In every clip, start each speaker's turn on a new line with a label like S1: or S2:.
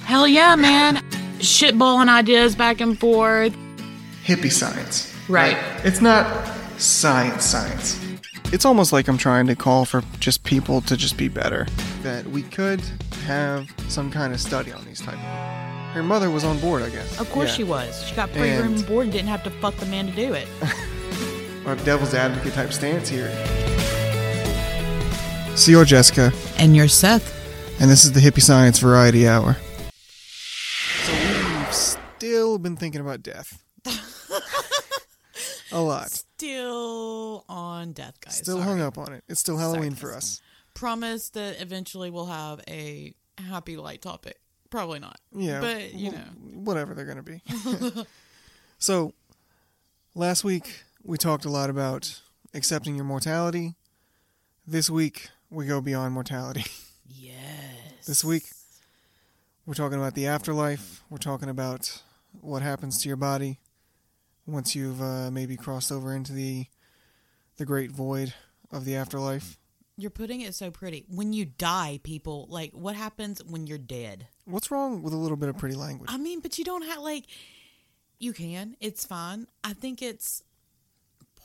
S1: Hell yeah, man. Shitballing ideas back and forth.
S2: Hippie science.
S1: Right.
S2: It's not science science. It's almost like I'm trying to call for just people to just be better. That we could have some kind of study on these type of. Her mother was on board, I guess.
S1: Of course
S2: Yeah.
S1: she was. She got free room
S2: And-
S1: and board and didn't have to fuck the man to do it.
S2: Our devil's advocate type stance here. See your Jessica,
S1: and you're Seth.
S2: and this is the hippie science variety hour. So we've still been thinking about death. A lot.
S1: Still on death, guys.
S2: Still
S1: Sorry.
S2: hung up on it. It's still Halloween for us.
S1: Promise that eventually we'll have a happy light topic. Probably not.
S2: Yeah.
S1: But, you
S2: w-
S1: know.
S2: Whatever they're going to be. so, last week we talked a lot about accepting your mortality. This week we go beyond mortality.
S1: Yes.
S2: This week we're talking about the afterlife. We're talking about what happens to your body once you've uh, maybe crossed over into the the great void of the afterlife.
S1: You're putting it so pretty. When you die, people, like, what happens when you're dead?
S2: What's wrong with a little bit of pretty language?
S1: I mean, but you don't have, like, you can. It's fine. I think it's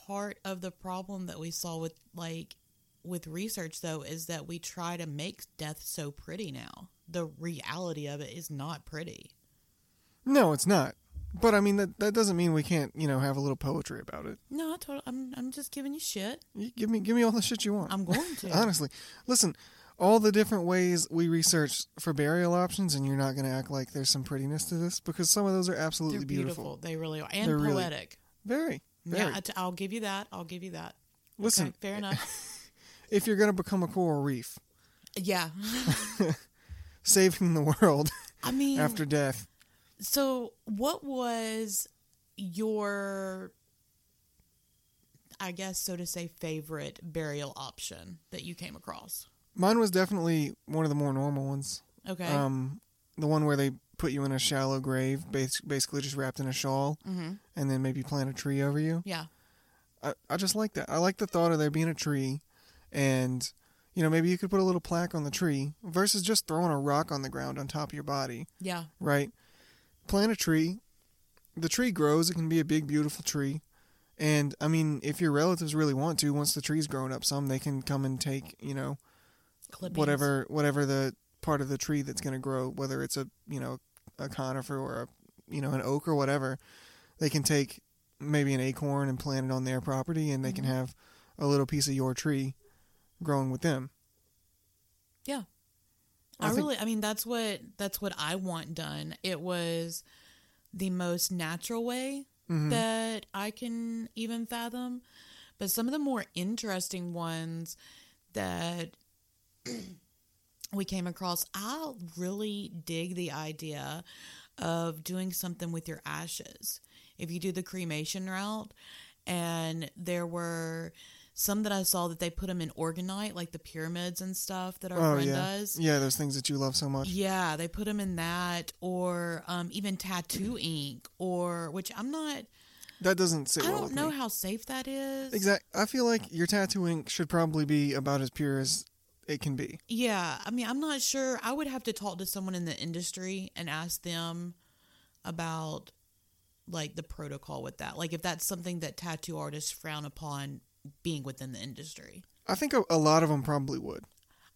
S1: part of the problem that we saw with, like, with research, though, is that we try to make death so pretty now. The reality of it is not pretty.
S2: No, it's not. But I mean that that doesn't mean we can't, you know, have a little poetry about it.
S1: No, I told, I'm, I'm just giving you shit.
S2: You give me give me all the shit you want.
S1: I'm going to.
S2: Honestly, listen, all the different ways we researched for burial options, and you're not going to act like there's some prettiness to this because some of those are absolutely
S1: They're beautiful. They really are. And
S2: They're really-
S1: poetic.
S2: Very, very.
S1: yeah, I t- I'll give you that. I'll give you that.
S2: listen,
S1: Okay, fair enough.
S2: if you're going to become a coral reef,
S1: yeah.
S2: saving the world
S1: I mean,
S2: after death,
S1: So, what was your, I guess, so to say, favorite burial option that you came across?
S2: mine was definitely one of the more normal ones.
S1: Okay.
S2: Um, the one where they put you in a shallow grave, bas- basically just wrapped in a shawl, and then maybe plant a tree over you.
S1: Mm-hmm. yeah.
S2: I, I just like that. I like the thought of there being a tree and you know, maybe you could put a little plaque on the tree versus just throwing a rock on the ground on top of your body,
S1: Yeah.
S2: right? Plant a tree. The tree grows, it can be a big beautiful tree. And I mean, if your relatives really want to, once the tree's grown up some, they can come and take, you know,
S1: Clippings.
S2: whatever whatever the part of the tree that's going to grow, whether it's a you know a conifer or a you know an oak or whatever, they can take maybe an acorn and plant it on their property, and they
S1: Mm-hmm.
S2: can have a little piece of your tree growing with them.
S1: Yeah.
S2: I
S1: I,
S2: think-
S1: really I mean that's what that's what I want done. It was the most natural way
S2: Mm-hmm.
S1: that I can even fathom. But some of the more interesting ones that we came across, I really dig the idea of doing something with your ashes. If you do the cremation route, and there were some that I saw that they put them in organite, like the pyramids and stuff that our
S2: Oh
S1: friend
S2: yeah,
S1: does.
S2: yeah, those things that you love so much.
S1: Yeah, they put them in that, or um, even tattoo ink, or which I'm not.
S2: That doesn't sit
S1: I
S2: well
S1: don't
S2: with
S1: know
S2: me.
S1: how safe that is.
S2: Exact. I feel like your tattoo ink should probably be about as pure as it can be.
S1: Yeah, I mean, I'm not sure. I would have to talk to someone in the industry and ask them about like the protocol with that. Like if that's something that tattoo artists frown upon being within the industry.
S2: I think a, a lot of them probably would.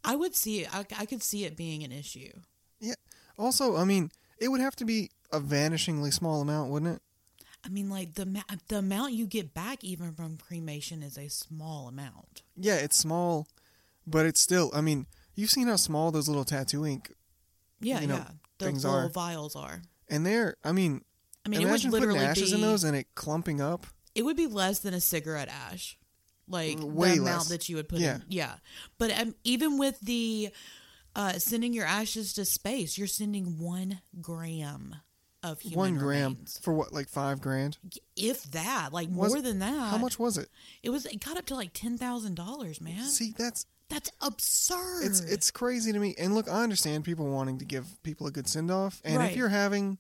S1: I would see it. I, I could see it being an issue.
S2: Yeah. Also, I mean, it would have to be a vanishingly small amount, wouldn't it?
S1: I mean, like the ma- the amount you get back even from cremation is a small amount.
S2: Yeah, it's small, but it's still. I mean, you've seen how small those little tattoo ink,
S1: Yeah,
S2: You know,
S1: yeah. The
S2: things
S1: little
S2: are-
S1: vials are.
S2: and they're. I mean,
S1: I mean,
S2: imagine
S1: it would
S2: putting
S1: literally
S2: ashes
S1: be
S2: in those and it clumping up.
S1: it would be less than a cigarette ash like
S2: Way
S1: the amount
S2: less.
S1: that you would put
S2: Yeah.
S1: in yeah but um, even with the uh, sending your ashes to space you're sending one gram of human
S2: One gram
S1: remains.
S2: for what, like five grand?
S1: if that like
S2: Was-
S1: more than that
S2: How much was it?
S1: it was it got up to like $10000 man
S2: See, that's
S1: that's absurd
S2: it's it's crazy to me. And look, I understand people wanting to give people a good send off, and if
S1: Right.
S2: you're having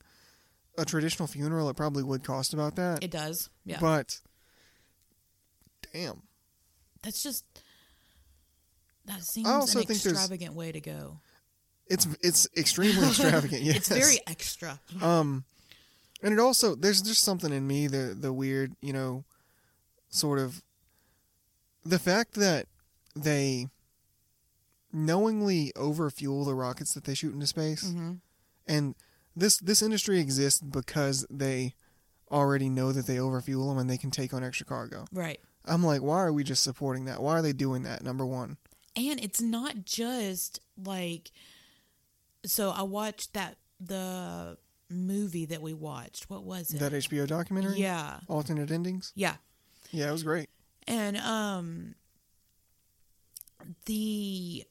S2: a traditional funeral, it probably would cost about that.
S1: it does yeah
S2: But damn,
S1: that's just that seems
S2: also
S1: an
S2: think there's-
S1: extravagant way to go
S2: It's it's extremely extravagant. Yes,
S1: It's very extra.
S2: Um, and it also there's just something in me the the weird you know, sort of. The fact that they knowingly overfuel the rockets that they shoot into space,
S1: Mhm.
S2: and this this industry exists because they already know that they overfuel them and they can take on extra cargo.
S1: Right.
S2: I'm like, why are we just supporting that? Why are they doing that? Number one,
S1: And it's not just like so I watched that the movie that we watched. What was it?
S2: that HBO documentary,
S1: yeah.
S2: alternate endings.
S1: Yeah.
S2: Yeah, it was great.
S1: And um the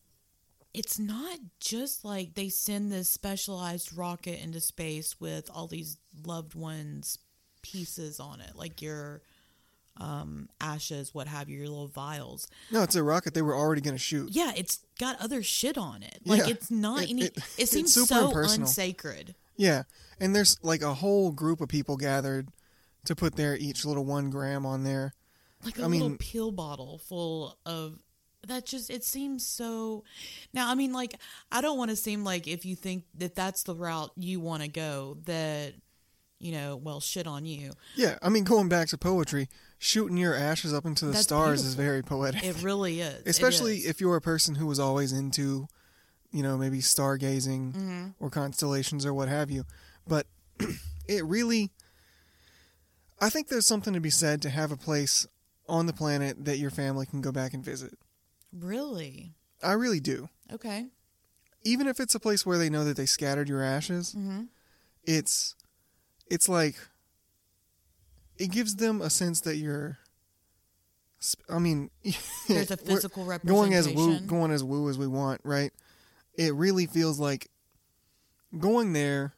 S1: it's not just like they send this specialized rocket into space with all these loved ones pieces on it, like your um ashes, what have you, your little vials.
S2: No, it's a rocket they were already going to shoot.
S1: Yeah, it's got other shit on it. Like
S2: Yeah.
S1: it's not
S2: It-
S1: any
S2: it-
S1: it,
S2: it's
S1: seems
S2: super
S1: so
S2: impersonal.
S1: unsacred.
S2: Yeah, and there's like a whole group of people gathered to put their each little one gram on there.
S1: Like
S2: I
S1: a little
S2: mean-
S1: pill bottle full of that just it seems so now I mean like I don't want to seem like if you think that that's the route you want to go that you know, well shit on you.
S2: Yeah, I mean, going back to poetry, shooting your ashes up into the
S1: That's
S2: stars is
S1: beautiful.
S2: very poetic,
S1: It really is. It
S2: especially
S1: is.
S2: if you're a person who was always into, you know, maybe stargazing
S1: Mm-hmm.
S2: or constellations or what have you. But it really, I think there's something to be said to have a place on the planet that your family can go back and visit.
S1: really
S2: I really do.
S1: okay.
S2: even if it's a place where they know that they scattered your ashes,
S1: Mm-hmm.
S2: it's it's like it gives them a sense that you're. sp- I mean,
S1: There's a
S2: we're
S1: physical
S2: going as
S1: representation.
S2: woo, going as woo as we want, right? It really feels like going there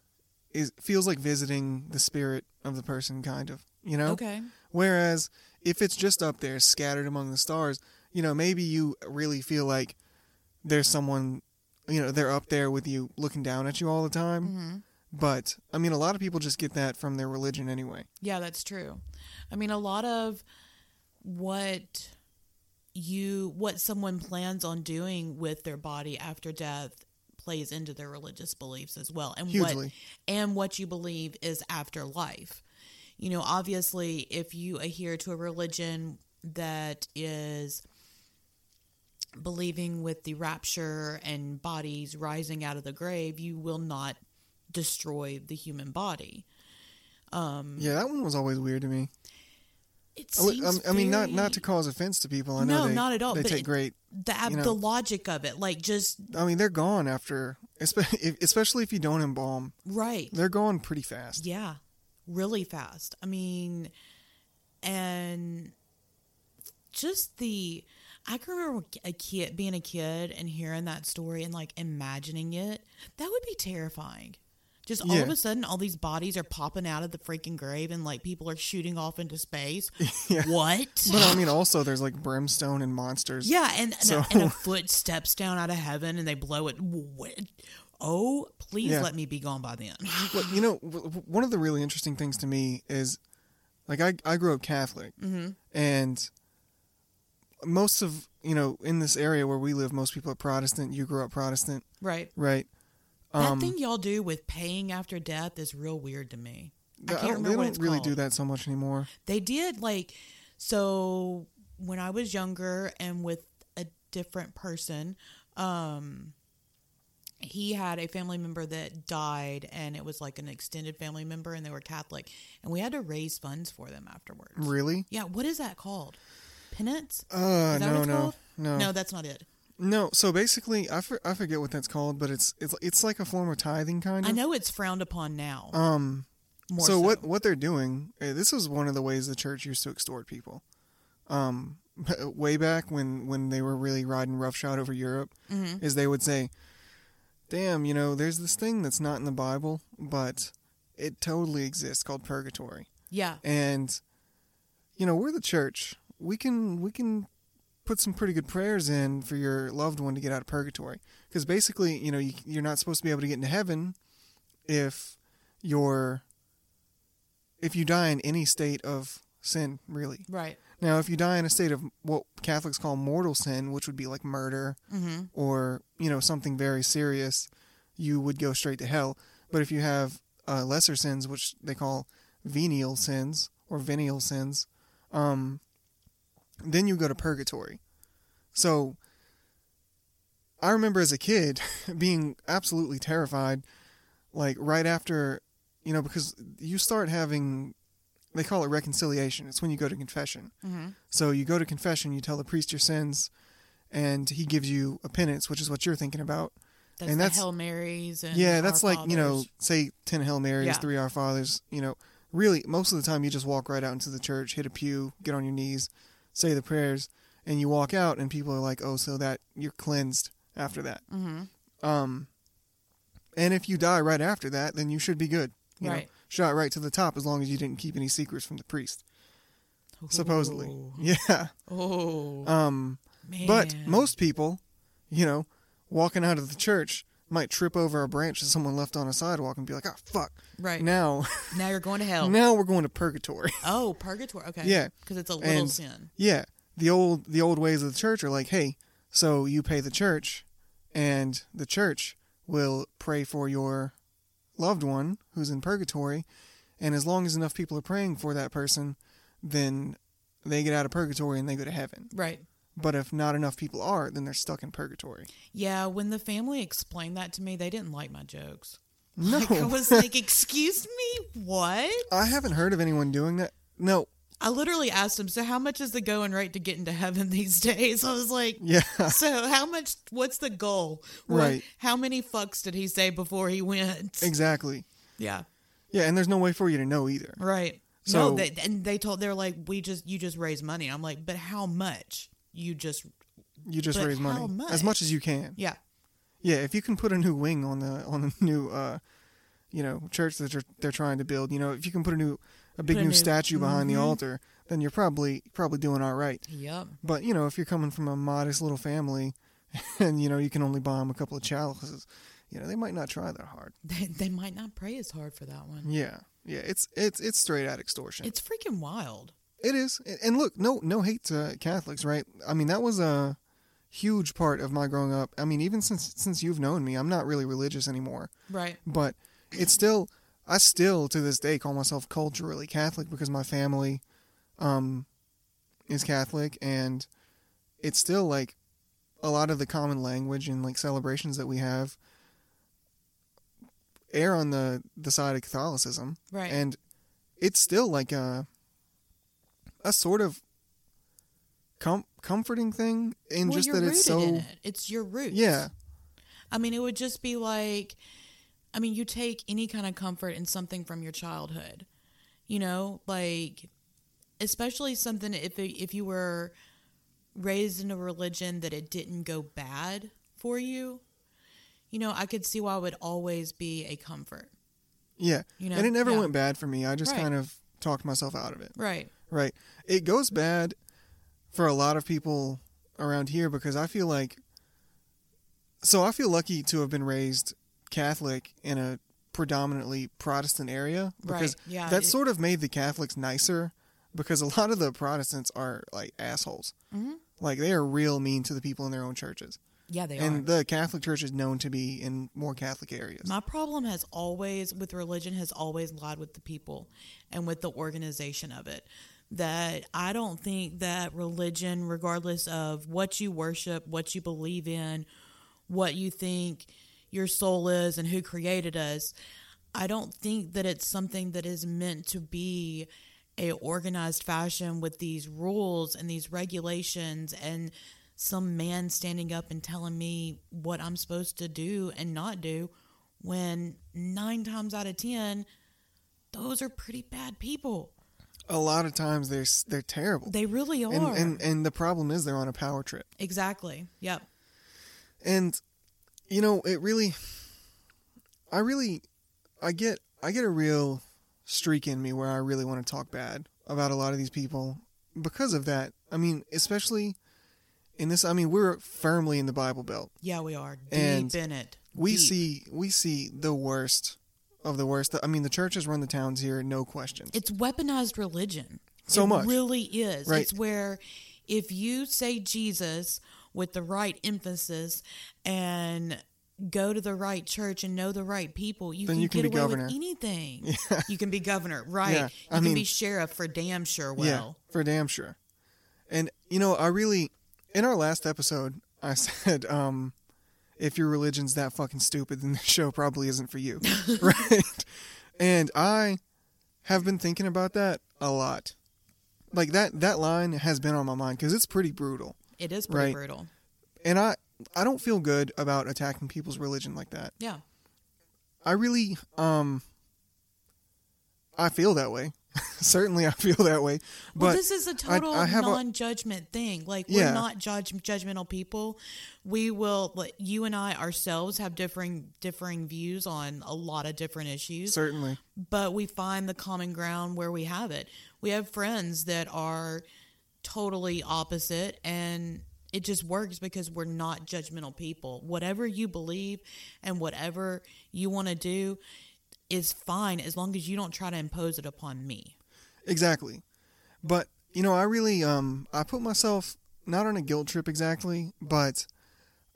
S2: is feels like visiting the spirit of the person, kind of, you know.
S1: Okay.
S2: Whereas if it's just up there scattered among the stars, you know, maybe you really feel like there's someone, you know, they're up there with you looking down at you all the time.
S1: Mm-hmm.
S2: But I mean, a lot of people just get that from their religion anyway.
S1: Yeah, that's true. I mean, a lot of what you what someone plans on doing with their body after death plays into their religious beliefs as well and what
S2: Hugely.
S1: and what you believe is afterlife. You know, obviously if you adhere to a religion that is believing with the rapture and bodies rising out of the grave, you will not destroy the human body.
S2: Yeah, that one was always weird to me.
S1: It
S2: I li-
S1: seems
S2: I, I mean, not
S1: very-
S2: not to cause offense to people. I know
S1: No,
S2: they,
S1: not at all,
S2: They
S1: but
S2: take
S1: it-
S2: great.
S1: the
S2: you know-
S1: the logic of it, like just
S2: I mean, they're gone after, espe- if- especially if you don't embalm.
S1: right,
S2: They're gone pretty fast.
S1: yeah, really fast. I mean, and just the I can remember a kid being a kid and hearing that story and like imagining it. That would be terrifying. Just all of
S2: Yeah.
S1: a sudden, all these bodies are popping out of the freaking grave, and like people are shooting off into space.
S2: Yeah.
S1: What?
S2: But I mean, also there's like brimstone and monsters.
S1: Yeah, and and,
S2: So-
S1: a, and a foot steps down out of heaven, and they blow it. What? Oh, please
S2: Yeah.
S1: let me be gone by then.
S2: Well, you know, w- w- one of the really interesting things to me is, like, I I grew up Catholic,
S1: Mm-hmm.
S2: and most of you know in this area where we live, most people are Protestant. You grew up Protestant,
S1: Right.
S2: right? Um,
S1: That thing y'all do with paying after death is real weird to me. I
S2: Th-
S1: can't remember
S2: they
S1: what
S2: don't
S1: it's
S2: really
S1: called.
S2: do that so much anymore.
S1: They did like so when I was younger and with a different person. Um, he had a family member that died, and it was like an extended family member, and they were Catholic, and we had to raise funds for them afterwards.
S2: Really?
S1: Yeah, what is that called? Penance?
S2: Uh,
S1: Is that what
S2: no,
S1: it's
S2: no,
S1: called? No,
S2: no, no,
S1: that's not it.
S2: So basically, I, for, I forget what that's called, but it's it's it's like a form of tithing, kind of.
S1: I know it's frowned upon now.
S2: Um.
S1: more
S2: so,
S1: so
S2: what what they're doing? eh, This is one of the ways the church used to extort people. Um, way back when when they were really riding roughshod over Europe,
S1: Mm-hmm.
S2: is they would say, "Damn, you know, there's this thing that's not in the Bible, but it totally exists called purgatory,
S1: Yeah.
S2: and you know, we're the church. We can we can." Put some pretty good prayers in for your loved one to get out of purgatory, because basically, you know, you, you're not supposed to be able to get into heaven if you're if you die in any state of sin, really.
S1: Right.
S2: Now, if you die in a state of what Catholics call mortal sin, which would be like murder
S1: Mm-hmm.
S2: or, you know, something very serious, you would go straight to hell. But if you have uh, lesser sins, which they call venial sins or venial sins, um, then you go to purgatory. So I remember as a kid being absolutely terrified, like right after, you know, because you start having, they call it reconciliation. It's when you go to confession.
S1: Mm-hmm.
S2: So you go to confession, you tell the priest your sins, and he gives you a penance, which is what you're thinking about.
S1: That's
S2: And
S1: the
S2: that's-
S1: Hail Marys and
S2: yeah,
S1: Our
S2: that's like, you know,
S1: Fathers.
S2: say 10 Hail Marys,
S1: Yeah.
S2: three Our Fathers, you know, really, most of the time you just walk right out into the church, hit a pew, get on your knees, say the prayers, and you walk out, and people are like, oh, so that you're cleansed after that.
S1: Mhm.
S2: Um, and if you die right after that, then you should be good. You Know,
S1: Right.
S2: shot right to the top as long as you didn't keep any secrets from the priest, supposedly.
S1: Ooh.
S2: Yeah.
S1: Oh
S2: Um,
S1: man!
S2: but most people, you know, walking out of the church might trip over a branch that someone left on a sidewalk and be like, oh, fuck.
S1: right Oh. now,
S2: Now,
S1: you're going to hell.
S2: now we're going to purgatory.
S1: Oh, purgatory. Okay.
S2: Yeah.
S1: Because it's a little
S2: And-
S1: sin.
S2: yeah. The old, the old ways of the church are like, hey, so you pay the church and the church will pray for your loved one who's in purgatory. And as long as enough people are praying for that person, then they get out of purgatory and they go to heaven.
S1: Right.
S2: But if not enough people are, then they're stuck in purgatory.
S1: Yeah. When the family explained that to me, they didn't like my jokes.
S2: No.
S1: Like, I was like, "Excuse me, what?"
S2: I haven't heard of anyone doing that. No,
S1: I literally asked him, "So how much is the going rate to get into heaven these days?" I was like,
S2: yeah,
S1: "So how much? What's the goal? What-
S2: Right.
S1: How many fucks did he say before he went?"
S2: exactly.
S1: Yeah.
S2: Yeah, and there's no way for you to know either.
S1: Right.
S2: So-
S1: no, they, and they told they're like, "We just you just raise money." I'm like, "But how much? You just
S2: You just
S1: But
S2: raise money
S1: how much?
S2: as much as you can.
S1: yeah."
S2: Yeah, if you can put a new wing on the on the new, uh, you know, church that they're, they're trying to build. You know, if you can put a new, a big
S1: Put a
S2: new,
S1: new- mm-hmm.
S2: statue behind the altar, then you're probably probably doing all right.
S1: Yep.
S2: But you know, if you're coming from a modest little family, and you know you can only buy them a couple of chalices, you know they might not try that hard.
S1: They, they might not pray as hard for that one.
S2: Yeah, yeah, it's it's it's straight out extortion.
S1: It's freaking wild.
S2: It is, And- and look, no, no hate to Catholics, right? I mean, that was a huge part of my growing up. I mean, even since since you've known me, I'm not really religious anymore,
S1: Right.
S2: but it's still, I still to this day call myself culturally Catholic because my family, um, is Catholic, and it's still like a lot of the common language and like celebrations that we have err on the the side of Catholicism
S1: Right.
S2: and it's still like a a sort of com- comforting thing in
S1: well,
S2: just
S1: you're
S2: that
S1: rooted
S2: it's so
S1: in it. It's your roots.
S2: yeah
S1: I mean, it would just be like, I mean, you take any kind of comfort in something from your childhood, you know, like especially something if if you were raised in a religion that it didn't go bad for you, you know, I could see why it would always be a comfort,
S2: yeah
S1: You know,
S2: and it never
S1: yeah.
S2: went bad for me i just
S1: Right.
S2: kind of talked myself out of it
S1: right?
S2: right it goes bad for a lot of people around here because i feel like so i feel lucky to have been raised catholic in a predominantly protestant area because
S1: Right. Yeah.
S2: that
S1: it-
S2: sort of made the Catholics nicer because a lot of the Protestants are like assholes.
S1: Mhm.
S2: Like they are real mean to the people in their own churches,
S1: yeah, they are.
S2: and the Catholic Church is known to be in more Catholic areas.
S1: My problem has always with religion has always lied with the people and with the organization of it. That I don't think that religion, regardless of what you worship, what you believe in, what you think your soul is, and who created us, I don't think that it's something that is meant to be a organized fashion with these rules and these regulations and some man standing up and telling me what I'm supposed to do and not do when 9 times out of 10 those are pretty bad people.
S2: a lot of times they're s- they're terrible,
S1: They really are.
S2: and, and and the problem is they're on a power trip,
S1: exactly. Yep.
S2: and you know it really, I really, I get I get a real streak in me where I really want to talk bad about a lot of these people because of that. I mean, especially in this. I mean, we're firmly in the Bible Belt.
S1: Yeah, we are deep
S2: And
S1: in it.
S2: we
S1: Deep.
S2: see we see the worst of the worst. I mean, the churches run the towns here, no question.
S1: it's weaponized religion.
S2: So
S1: it
S2: much.
S1: really is.
S2: Right.
S1: It's where if you say Jesus with the right emphasis and go to the right church and know the right people, you
S2: Then
S1: can,
S2: you can
S1: get
S2: be
S1: away
S2: governor.
S1: with anything. You can be governor, right?
S2: Yeah,
S1: You
S2: I
S1: can
S2: mean-
S1: be sheriff for damn sure. Well,
S2: Yeah, for damn sure. And you know, I really in our last episode, I said, um, if your religion's that fucking stupid, then the show probably isn't for you, right? And I have been thinking about that a lot. Like that that line has been on my mind because it's pretty brutal,
S1: it is pretty
S2: Right.
S1: brutal.
S2: and I I don't feel good about attacking people's religion like that.
S1: Yeah,
S2: I really um I feel that way. Certainly, I feel that way. But
S1: well, this is a total
S2: I have a-
S1: non-judgment thing. Like
S2: Yeah.
S1: we're not judge judgmental people. We will. Like, you and I ourselves have differing differing views on a lot of different issues,
S2: certainly,
S1: but we find the common ground where we have it. We have friends that are totally opposite, and it just works because we're not judgmental people. Whatever you believe and whatever you want to do is fine as long as you don't try to impose it upon me.
S2: Exactly. But you know, I really um I put myself not on a guilt trip exactly, but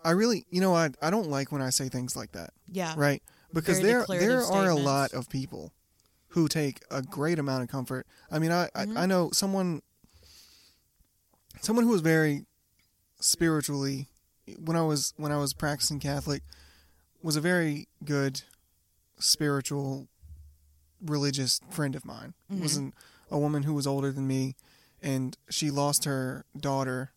S2: I really you know, I I don't like when I say things like that.
S1: Yeah.
S2: Right? Because
S1: Uh, Very
S2: there
S1: declarative
S2: there are a
S1: statements.
S2: lot of people who take a great amount of comfort. I mean, I
S1: Mm-hmm.
S2: I, I know someone someone who was very spiritually when I was when I was practicing Catholic was a very good spiritual religious friend of mine. It Was an, a woman who was older than me and she lost her daughter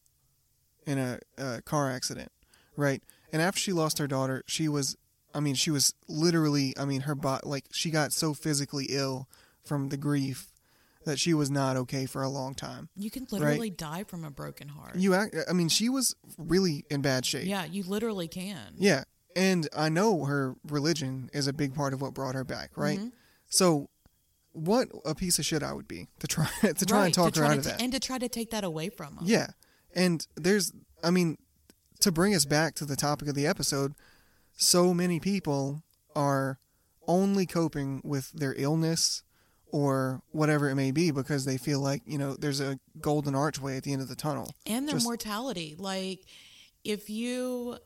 S2: in a, a car accident, right? And after she lost her daughter, she was I mean, she was literally I mean, her bot like she got so physically ill from the grief that she was not okay for a long time.
S1: You can literally die from a broken heart.
S2: You, act, I mean, she was really in bad shape.
S1: yeah, you literally can.
S2: Yeah. And I know her religion is a big part of what brought her back, right?
S1: Mm-hmm.
S2: So, what a piece of shit I would be to try to try
S1: Right,
S2: and talk her
S1: try
S2: out
S1: to
S2: of
S1: t-
S2: that.
S1: and to try to take that away from them.
S2: yeah. And there's, I mean, to bring us back to the topic of the episode, so many people are only coping with their illness or whatever it may be because they feel like, you know, there's a golden archway at the end of the tunnel.
S1: and their
S2: Just-
S1: mortality. Like if you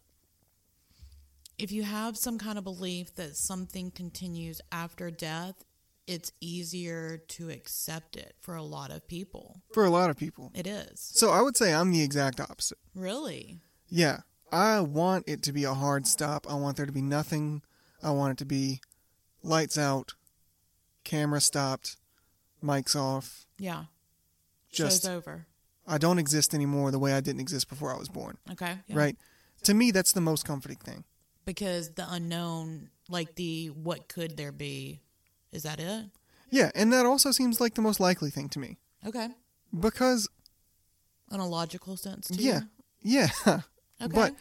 S1: if you have some kind of belief that something continues after death, it's easier to accept it for a lot of people.
S2: For a lot of people.
S1: It is.
S2: So I would say I'm the exact opposite.
S1: Really?
S2: Yeah. I want it to be a hard stop. I want there to be nothing. I want it to be lights out, camera stopped, mics off.
S1: Yeah.
S2: Just
S1: Show's over.
S2: I don't exist anymore the way I didn't exist before I was born.
S1: Okay. Yeah.
S2: Right? To me that's the most comforting thing.
S1: Because the unknown, like the what could there be, is that it?
S2: Yeah, and that also seems like the most likely thing to me.
S1: Okay.
S2: Because
S1: In a logical sense too.
S2: yeah. Yeah.
S1: Okay.
S2: But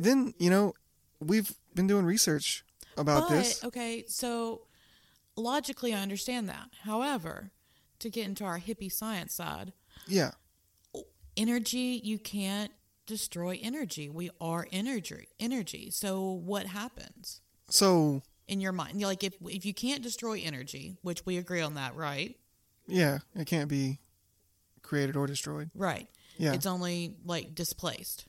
S2: then, you know, we've been doing research about
S1: but,
S2: uh, this.
S1: Okay, so logically, I understand that. However, to get into our hippie science side,
S2: Yeah.
S1: energy, you can't destroy energy. We are energy. Energy. So what happens
S2: So,
S1: in your mind? Like if if you can't destroy energy, which we agree on that, right?
S2: yeah, it can't be created or destroyed.
S1: Right.
S2: Yeah.
S1: It's only like displaced.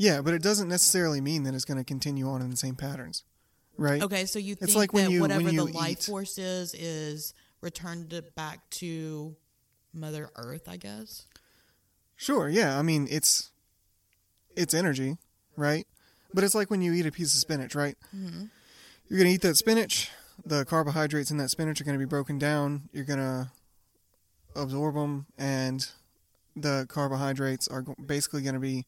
S2: Yeah, but it doesn't necessarily mean that it's going to continue on in the same patterns, right?
S1: Okay, so you think
S2: like when
S1: that
S2: you- when
S1: whatever the
S2: you
S1: life
S2: eat-
S1: force is is returned it back to Mother Earth, I guess.
S2: Sure. Yeah. I mean, it's it's energy, right? But it's like when you eat a piece of spinach, right? You're going to eat that spinach. The carbohydrates in that spinach are going to be broken down. You're going to absorb them, and the carbohydrates are go- basically going to be,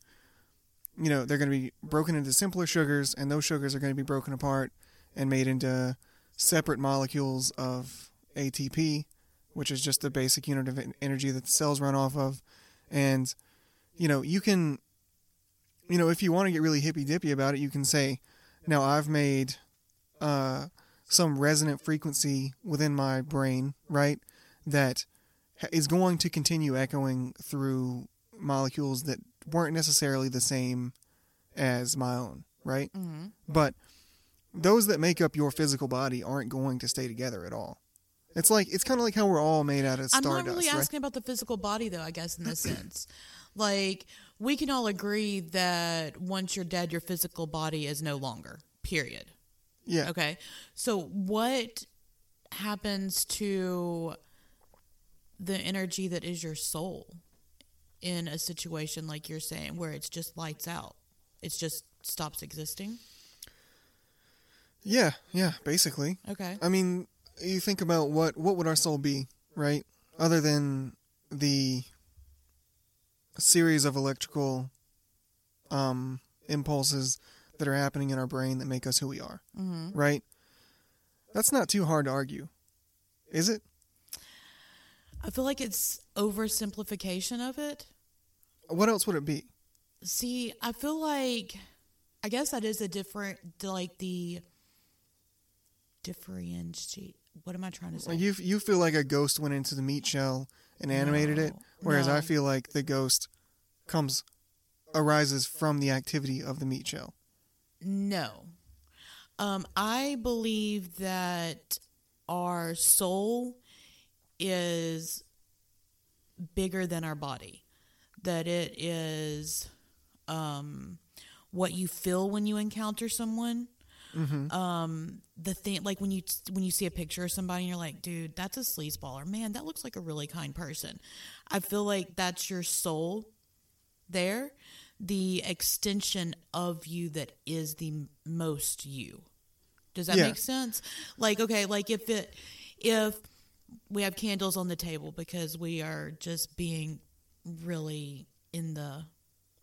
S2: you know, they're going to be broken into simpler sugars, and those sugars are going to be broken apart and made into separate molecules of ATP, which is just the basic unit of en- energy that the cells run off of. And, you know, you can, you know, if you want to get really hippy dippy about it, you can say, now I've made uh, some resonant frequency within my brain, right? That ha- is going to continue echoing through molecules that weren't necessarily the same as my own, right?
S1: Mm-hmm.
S2: But those that make up your physical body aren't going to stay together at all. It's like it's kind of like how we're all made out of
S1: I'm
S2: stardust,
S1: not really
S2: right?
S1: asking about the physical body, though, I guess, in this sense. Like, we can all agree that once you're dead, your physical body is no longer, period.
S2: yeah.
S1: Okay. So, what happens to the energy that is your soul in a situation like you're saying, where it's just lights out? It's just stops existing?
S2: Yeah, yeah, basically.
S1: Okay.
S2: I mean, you think about what what would our soul be, right? Other than the series of electrical um, impulses that are happening in our brain that make us who we are,
S1: Mhm.
S2: right? That's not too hard to argue, is it?
S1: I feel like it's oversimplification of it.
S2: What else would it be?
S1: See, I feel like I guess that is a different like the differentiate. What am I trying to say?
S2: Like you you feel like a ghost went into the meat shell and animated it,
S1: No,
S2: whereas
S1: no.
S2: I feel like the ghost comes arises from the activity of the meat shell.
S1: no. Um I believe that our soul is bigger than our body. That it is um what you feel when you encounter someone.
S2: Mm-hmm.
S1: um the thing like when you when you see a picture of somebody and you're like dude that's a sleazeball or man that looks like a really kind person i feel like that's your soul there the extension of you that is the m- most you does that
S2: Yeah.
S1: make sense like okay like if it if we have candles on the table because we are just being really in the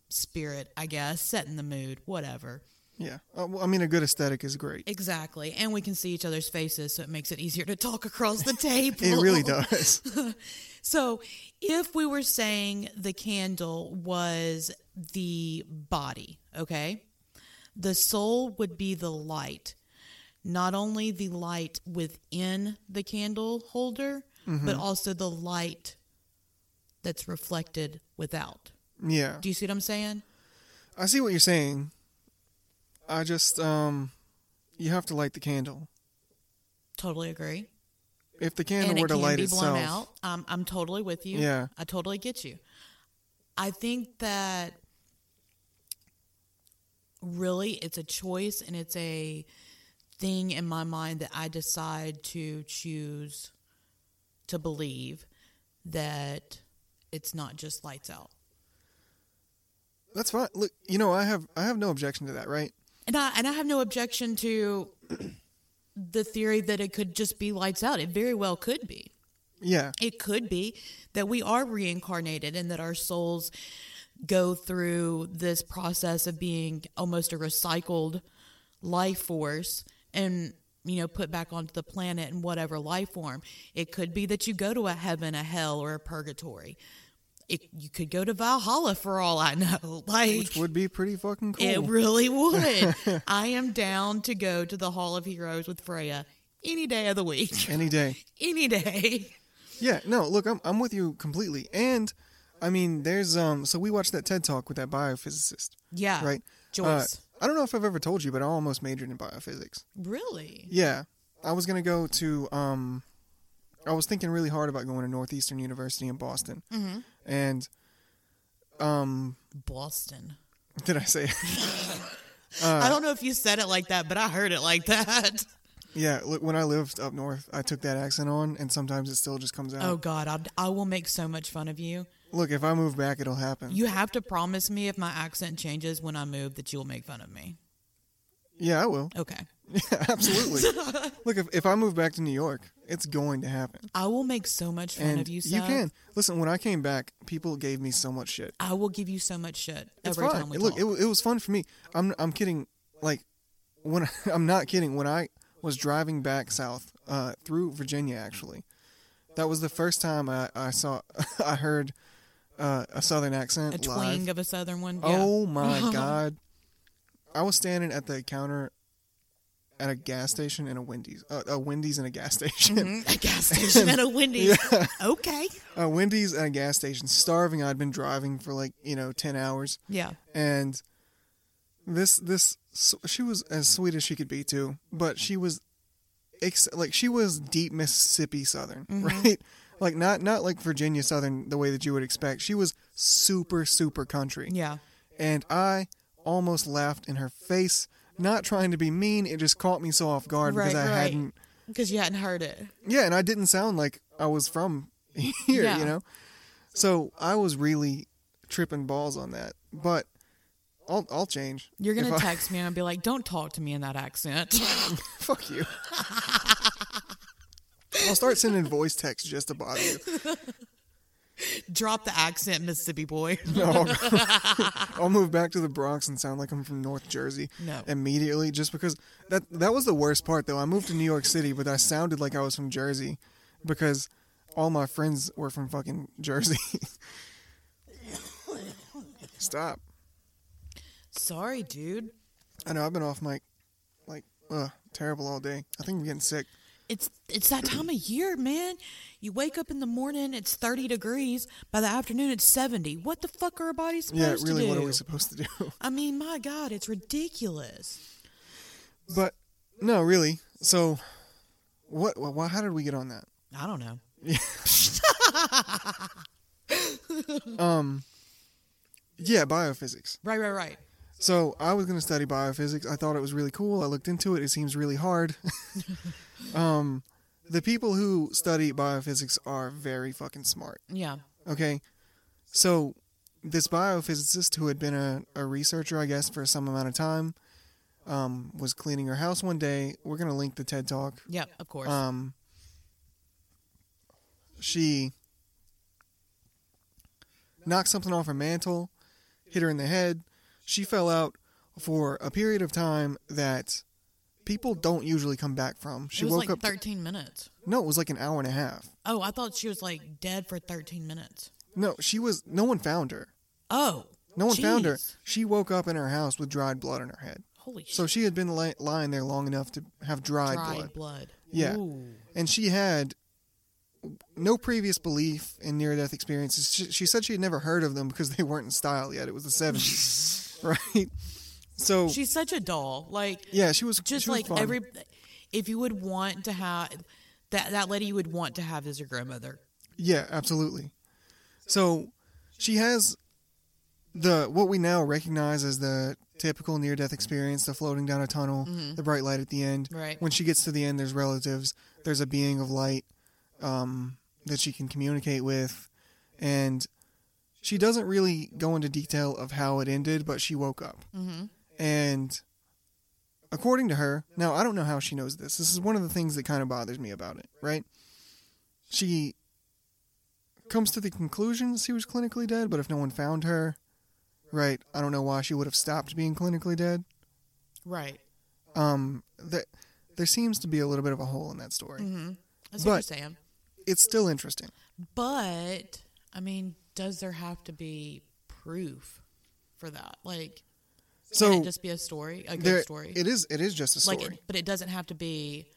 S1: spirit i guess setting the mood whatever
S2: Yeah. Uh, well, I mean, a good aesthetic is great.
S1: Exactly. And we can see each other's faces, so it makes it easier to talk across the table.
S2: It really does.
S1: So, if we were saying the candle was the body, okay? The soul would be the light. Not only the light within the candle holder,
S2: Mm-hmm.
S1: but also the light that's reflected without.
S2: yeah.
S1: Do you see what I'm saying?
S2: I see what you're saying. I just, um, you have to light the candle.
S1: Totally agree.
S2: If the candle
S1: and
S2: were
S1: it
S2: to
S1: can
S2: light
S1: be
S2: itself,
S1: blown out. Um, I'm totally with you.
S2: Yeah.
S1: I totally get you. I think that really it's a choice and it's a thing in my mind that I decide to choose to believe that it's not just lights out.
S2: that's fine. Look, you know, I have, I have no objection to that, right?
S1: And I and I have no objection to the theory that it could just be lights out. It very well could be.
S2: Yeah.
S1: It could be that we are reincarnated and that our souls go through this process of being almost a recycled life force and you know put back onto the planet in whatever life form. It could be that you go to a heaven, a hell, or a purgatory. It, you could go to Valhalla for all I know. Like
S2: Which would be pretty fucking cool.
S1: it really would. I am down to go to the Hall of Heroes with Freya any day of the week.
S2: Any day.
S1: Any day.
S2: Yeah. No, look, I'm, I'm with you completely. And, I mean, there's, um, so we watched that TED talk with that biophysicist,
S1: Yeah.
S2: right? Uh,
S1: Ah, Joyce.
S2: I don't know if I've ever told you, but I almost majored in biophysics.
S1: Really?
S2: Yeah. I was going to go to um I was thinking really hard about going to Northeastern University in Boston.
S1: Mm-hmm.
S2: And um
S1: Boston.
S2: did I say Uh.
S1: I don't know if you said it like that, but I heard it like that.
S2: Yeah, look when I lived up north, I took that accent on and sometimes it still just comes out.
S1: Oh God, I'll, I will make so much fun of you.
S2: Look, if I move back it'll happen.
S1: You have to promise me if my accent changes when I move that you'll make fun of me.
S2: yeah, I will.
S1: Okay,
S2: Yeah, absolutely. look, if if I move back to New York, it's going to happen.
S1: I will make so much fun
S2: And
S1: of you. Seth.
S2: you can. Listen, when I came back, people gave me so much shit.
S1: I will give you so much shit every
S2: it's fine.
S1: time we
S2: look,
S1: talk.
S2: It, wa- it was fun for me. I'm I'm kidding. Like when I, I'm not kidding. When I was driving back south uh, through Virginia, actually, that was the first time I, I saw I heard uh, a southern accent
S1: a
S2: live.
S1: twang of a southern one. Yeah.
S2: Oh my god! I was standing at the counter at a gas station and a Wendy's, uh, a Wendy's and a gas station.
S1: Mhm. a gas station at a Wendy's. Okay.
S2: A Wendy's and a gas station. Starving. I'd been driving for like you know ten hours.
S1: Yeah.
S2: and this this she was as sweet as she could be too but she was ex- like she was deep Mississippi Southern,
S1: Mm-hmm.
S2: right? Like not not like Virginia Southern the way that you would expect. She was super super country,
S1: Yeah.
S2: and I almost laughed in her face. Not trying to be mean, it just caught me so off guard because
S1: Right,
S2: I
S1: right.
S2: hadn't
S1: Because you hadn't heard it.
S2: yeah, and I didn't sound like I was from here,
S1: Yeah.
S2: you know. So I was really tripping balls on that, but I'll I'll change.
S1: You're going
S2: If
S1: to
S2: I-
S1: text me and be like, don't talk to me in that accent.
S2: fuck you. I'll start sending voice texts just to bother you.
S1: Drop the accent, Mississippi boy.
S2: No, I'll, I'll move back to the Bronx and sound like I'm from North Jersey
S1: No.
S2: immediately, just because that that was the worst part though. I moved to New York City, but I sounded like I was from Jersey because all my friends were from fucking Jersey. Stop.
S1: Sorry, dude.
S2: I know I've been off mic like ugh, terrible all day. I think I'm getting sick.
S1: It's it's that time of year, man. You wake up in the morning, it's 30 degrees. By the afternoon, it's 70. What the fuck are our bodies
S2: Yeah,
S1: supposed
S2: really.
S1: to do?
S2: What are we supposed to do?
S1: I mean, my God, it's ridiculous.
S2: But no, really. So, what? Why? How did we get on that?
S1: I don't know.
S2: Yeah, biophysics.
S1: Right, right, right.
S2: So I was going to study biophysics. I thought it was really cool. I looked into it. It seems really hard. um, the people who study biophysics are very fucking smart.
S1: Yeah.
S2: Okay, so this biophysicist who had been a, a researcher, I guess, for some amount of time, um, was cleaning her house one day. We're going to link the TED Talk
S1: Yeah, of course.
S2: um, she knocked something off her mantle, hit her in the head. She fell out for a period of time that people don't usually come back from. She
S1: it was
S2: woke
S1: like
S2: up.
S1: 13 minutes.
S2: no, it was like an hour and a half.
S1: Oh, I thought she was like dead for 13 minutes.
S2: No, she was. No one found her.
S1: Oh.
S2: No one found her.
S1: jeez.
S2: She woke up in her house with dried blood on her head.
S1: Holy
S2: So
S1: shit.
S2: she had been li- lying there long enough to have dried,
S1: Dried
S2: blood.
S1: blood.
S2: Yeah.
S1: Ooh.
S2: and she had no previous belief in near death experiences. She, she said she had never heard of them because they weren't in style yet. It was the 70s, right? So,
S1: She's such a doll. Like,
S2: yeah, she was
S1: just
S2: she was
S1: like
S2: fun.
S1: every, if you would want to have, that, that lady you would want to have as your grandmother.
S2: Yeah, absolutely. So she has the what we now recognize as the typical near death experience, the floating down a tunnel, the bright light at the end.
S1: Right.
S2: When she gets to the end there's relatives, there's a being of light um, that she can communicate with and she doesn't really go into detail of how it ended, but she woke up.
S1: Mm-hmm.
S2: And according to her, now I don't know how she knows this. This is one of the things that kind of bothers me about it, right? She comes to the conclusion she was clinically dead, but if no one found her, right, I don't know why she would have stopped being clinically dead.
S1: Right.
S2: Um, that there seems to be a little bit of a hole in that story.
S1: Mm-hmm. That's
S2: But-
S1: what you're saying.
S2: It's still interesting.
S1: But I mean, does there have to be proof for that? Like,
S2: So
S1: can it just be a story, a good
S2: there,
S1: story?
S2: it is. It is just a story.
S1: Like, it, but it doesn't have to be.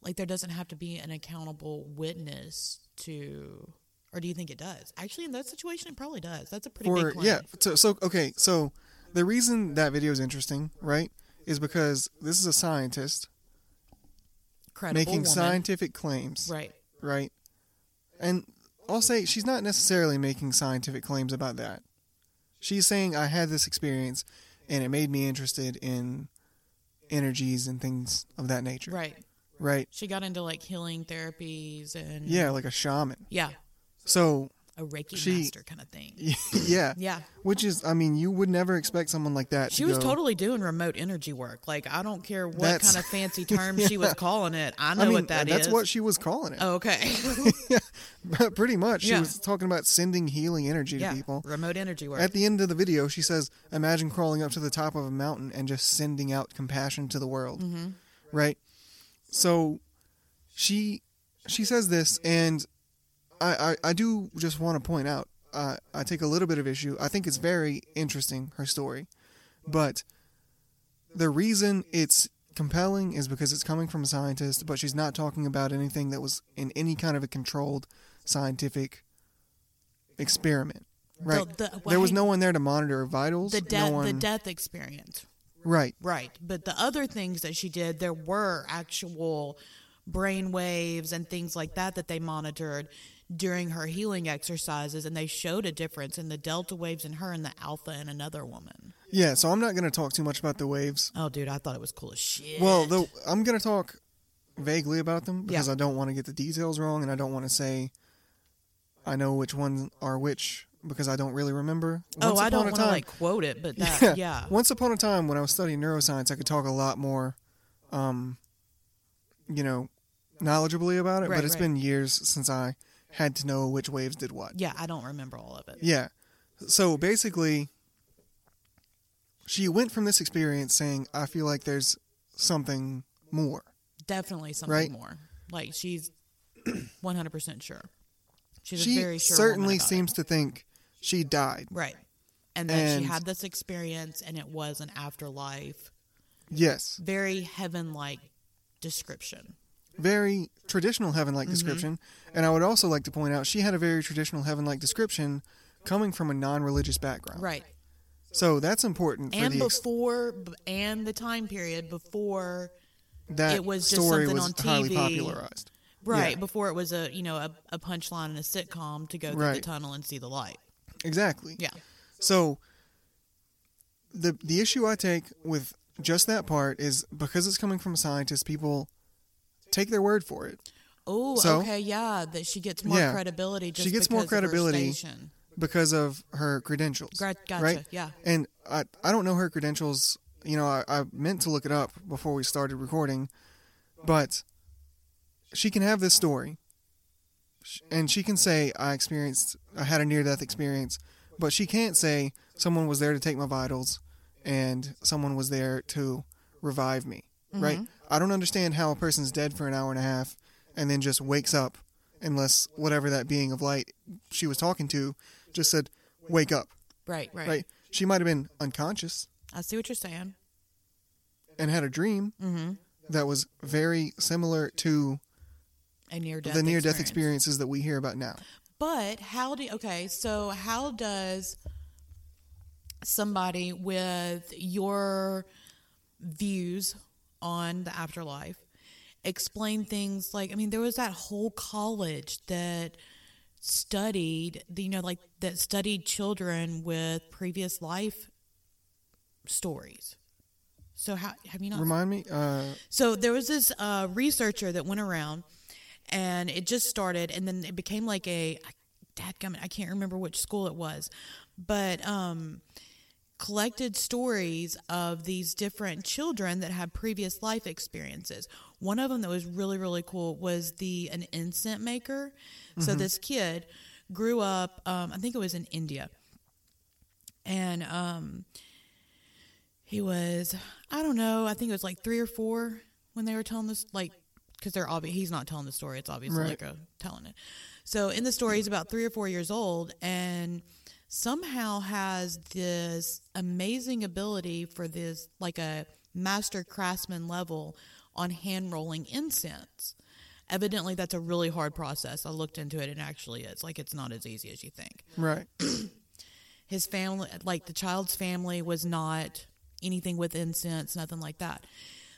S1: Like, there doesn't have to be an accountable witness to, or do you think it does? Actually, in that situation, it probably does. That's a pretty
S2: for
S1: big claim.
S2: yeah so, so okay so the reason that video is interesting right is because this is a scientist
S1: credible
S2: making
S1: woman.
S2: scientific claims
S1: Right.
S2: right. and i'll say she's not necessarily making scientific claims about that she's saying i had this experience and it made me interested in energies and things of that nature
S1: Right.
S2: right
S1: She got into like healing therapies and
S2: yeah like a shaman
S1: yeah,
S2: so
S1: a Reiki
S2: She-
S1: master kind of thing.
S2: yeah
S1: Yeah.
S2: which is i mean you would never expect someone like that
S1: She
S2: to
S1: was
S2: go-
S1: totally doing remote energy work. Like I don't care what
S2: That's-
S1: kind of fancy term she was calling it. I know
S2: I mean,
S1: what that is.
S2: that's what she was calling it.
S1: oh, okay.
S2: Pretty much. She
S1: Yeah.
S2: was talking about sending healing energy
S1: yeah.
S2: to people.
S1: Remote energy work.
S2: At the end of the video, she says, Imagine crawling up to the top of a mountain and just sending out compassion to the world. Right? So she she says this, and I, I, I do just want to point out uh, I take a little bit of issue. I think it's very interesting, her story. But the reason it's compelling is because it's coming from a scientist, but she's not talking about anything that was in any kind of a controlled scientific experiment. Right.
S1: The- the-
S2: there was
S1: wait.
S2: no one there to monitor her vitals.
S1: the
S2: no
S1: death
S2: one,
S1: the death experience.
S2: Right.
S1: Right. But the other things that she did, there were actual brain waves and things like that that they monitored during her healing exercises, and they showed a difference in the delta waves in her and the alpha in another woman.
S2: Yeah. So I'm not going to talk too much about the waves.
S1: Oh, dude, I thought it was cool as shit.
S2: Well, though I'm going to talk vaguely about them because
S1: Yeah.
S2: I don't want to get the details wrong, and I don't want to say I know which ones are which because I don't really remember.
S1: oh,
S2: Once
S1: I don't
S2: upon a
S1: want to
S2: time-
S1: like quote it, but that, yeah.
S2: Once upon a time, when I was studying neuroscience, I could talk a lot more, um, you know, knowledgeably about it.
S1: Right,
S2: but it's
S1: right.
S2: been years since I had to know which waves did what.
S1: Yeah, I don't remember all of it.
S2: Yeah. So basically, she went from this experience saying, "I feel like there's something more."
S1: Definitely something
S2: Right.
S1: more. Like she's 100% sure. She's
S2: she
S1: a very sure woman
S2: certainly
S1: about it.
S2: seems to think she died.
S1: Right. And then
S2: And-
S1: she had this experience and it was an afterlife.
S2: Yes.
S1: Very heaven like description.
S2: very traditional heaven
S1: Mm-hmm.
S2: like description. And I would also like to point out she had a very traditional heaven like description coming from a non religious background.
S1: Right.
S2: So that's important for
S1: And
S2: Oh, the ex-
S1: before and the time period before
S2: that
S1: it was just
S2: story
S1: something
S2: was
S1: on
S2: highly
S1: TV.
S2: popularized.
S1: right,
S2: Yeah.
S1: before it was a you know, a, a punchline in a sitcom to go through the
S2: Right.
S1: tunnel and see the light.
S2: Exactly.
S1: Yeah.
S2: So the the issue I take with just that part is because it's coming from a scientist, people take their word for it
S1: Oh,
S2: So-
S1: okay, yeah. That she gets more
S2: Yeah.
S1: credibility just
S2: She gets more
S1: because of her
S2: credibility.
S1: station.
S2: because of her credentials.
S1: Gra- gotcha,
S2: Right?
S1: yeah.
S2: And I, I don't know her credentials. You know, I, I meant to look it up before we started recording, but she can have this story. Sh- And she can say, I experienced, I had a near death experience, but she can't say, someone was there to take my vitals and someone was there to revive me, right? I don't understand how a person's dead for an hour and a half and then just wakes up unless whatever that being of light she was talking to just said, wake up
S1: Right, right,
S2: right? She might have been unconscious
S1: I see what you're saying.
S2: and had a dream
S1: Mm-hmm.
S2: that was very similar to
S1: A near death
S2: the near death experiences that we hear about now.
S1: But how do okay, so how does somebody with your views on the afterlife explain things like I mean there was that whole college that studied the you know like that studied children with previous life stories. So how have you not
S2: Remind me, uh,
S1: so there was this uh, researcher that went around, and it just started, and then it became like a, dadgummit, I can't remember which school it was, but um, collected stories of these different children that had previous life experiences. One of them that was really really cool was the an incense maker. So this kid grew up, um, I think it was in India, and um, he was i don't know i think it was like three or four when they were telling this like because they're obvi- he's not telling the story it's obviously
S2: Right.
S1: like a telling it so in the story he's about three or four years old and somehow has this amazing ability for this like a master craftsman level on hand rolling incense evidently that's a really hard process i looked into it and it actually is like it's not as easy as you think
S2: right?
S1: his family like the child's family was not anything with incense nothing like that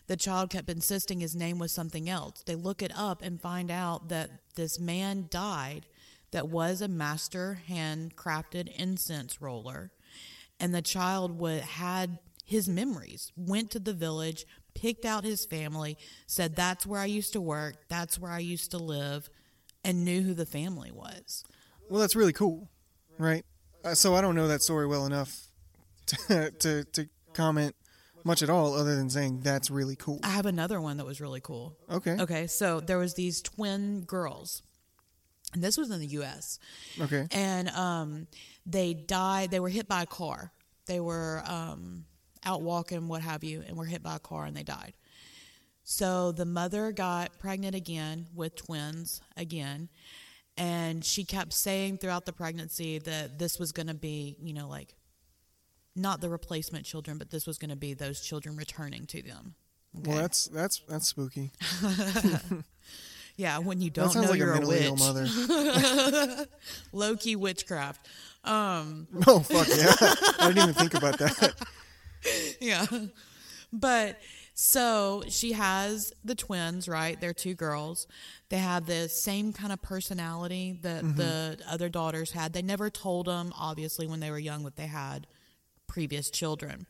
S1: the child kept insisting his name was something else they look it up and find out that this man died that was a master handcrafted incense roller and the child would, had his memories went to the village picked out his family said that's where i used to work that's where i used to live and knew who the family was
S2: Well, that's really cool, right? Uh, so I don't know that story well enough to, to to comment much at all, other than saying that's really cool.
S1: i have another one that was really cool
S2: Okay,
S1: Okay, so there was these twin girls, and this was in the U.S.
S2: okay,
S1: And um, they died. They were hit by a car. They were um, out walking, what have you, and were hit by a car and they died. So the mother got pregnant again with twins again, and she kept saying throughout the pregnancy that this was going to be, you know, like not the replacement children, but this was going to be those children returning to them.
S2: Well, that's that's that's spooky.
S1: Yeah, when you don't
S2: That sounds
S1: know
S2: like a
S1: you're a,
S2: mentally
S1: witch.
S2: ill mother.
S1: low key witchcraft. Um,
S2: oh fuck yeah! I didn't even think about that.
S1: yeah. But so she has the twins, right? They're two girls. They have the same kind of personality that the other daughters had. They never told them, obviously, when they were young, that they had previous children.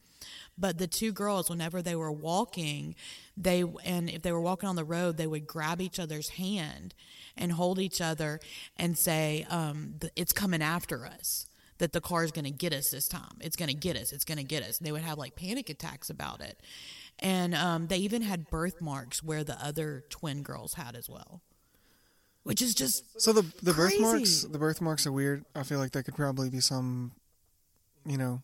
S1: But the two girls, whenever they were walking, they and if they were walking on the road, they would grab each other's hand and hold each other and say, um, th- "It's coming after us. That the car's going to get us this time. It's going to get us. It's going to get us." And they would have like panic attacks about it, and um, they even had birthmarks where the other twin girls had as well, which is just
S2: So the the
S1: Crazy.
S2: birthmarks the birthmarks are weird. I feel like there could probably be some, you know,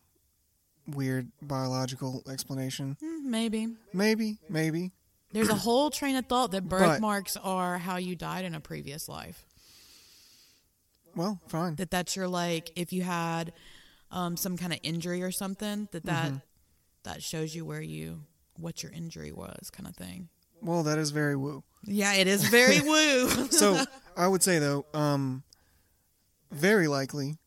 S2: weird biological explanation.
S1: mm, maybe.
S2: Maybe, maybe.
S1: There's a whole train of thought that
S2: But-
S1: birthmarks are how you died in a previous life.
S2: Well, fine.
S1: that that's your like if you had um, some kind of injury or something that that that shows you where you what your injury was kind of thing
S2: Well, that is very woo.
S1: yeah it is very woo
S2: So I would say though, um, very likely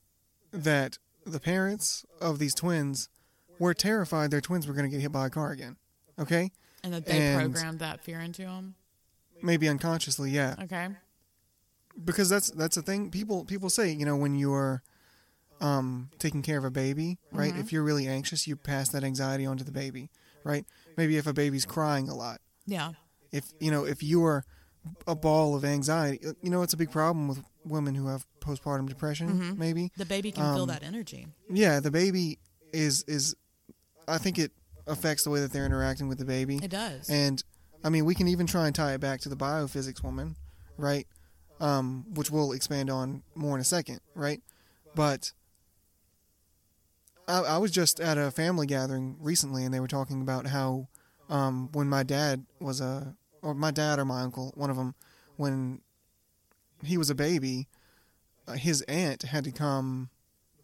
S2: that the parents of these twins were terrified their twins were going to get hit by a car again. Okay,
S1: and that they
S2: And-
S1: programmed that fear into them
S2: maybe unconsciously, yeah.
S1: okay
S2: because that's that's a thing people people say you know when you're um taking care of a baby right if you're really anxious you pass that anxiety onto the baby right maybe if a baby's crying a lot
S1: yeah
S2: if you know if you are a ball of anxiety uh, you know it's a big problem with women who have postpartum depression maybe
S1: the baby can feel
S2: Um,
S1: that energy
S2: yeah the baby is is i think it affects the way that they're interacting with the baby
S1: it does
S2: and I mean, we can even try and tie it back to the biophysics woman, right? Um, which we'll expand on more in a second, right? But I, I was just at a family gathering recently, and they were talking about how um, when my dad was a, or my dad or my uncle, one of them, when he was a baby, uh, his aunt had to come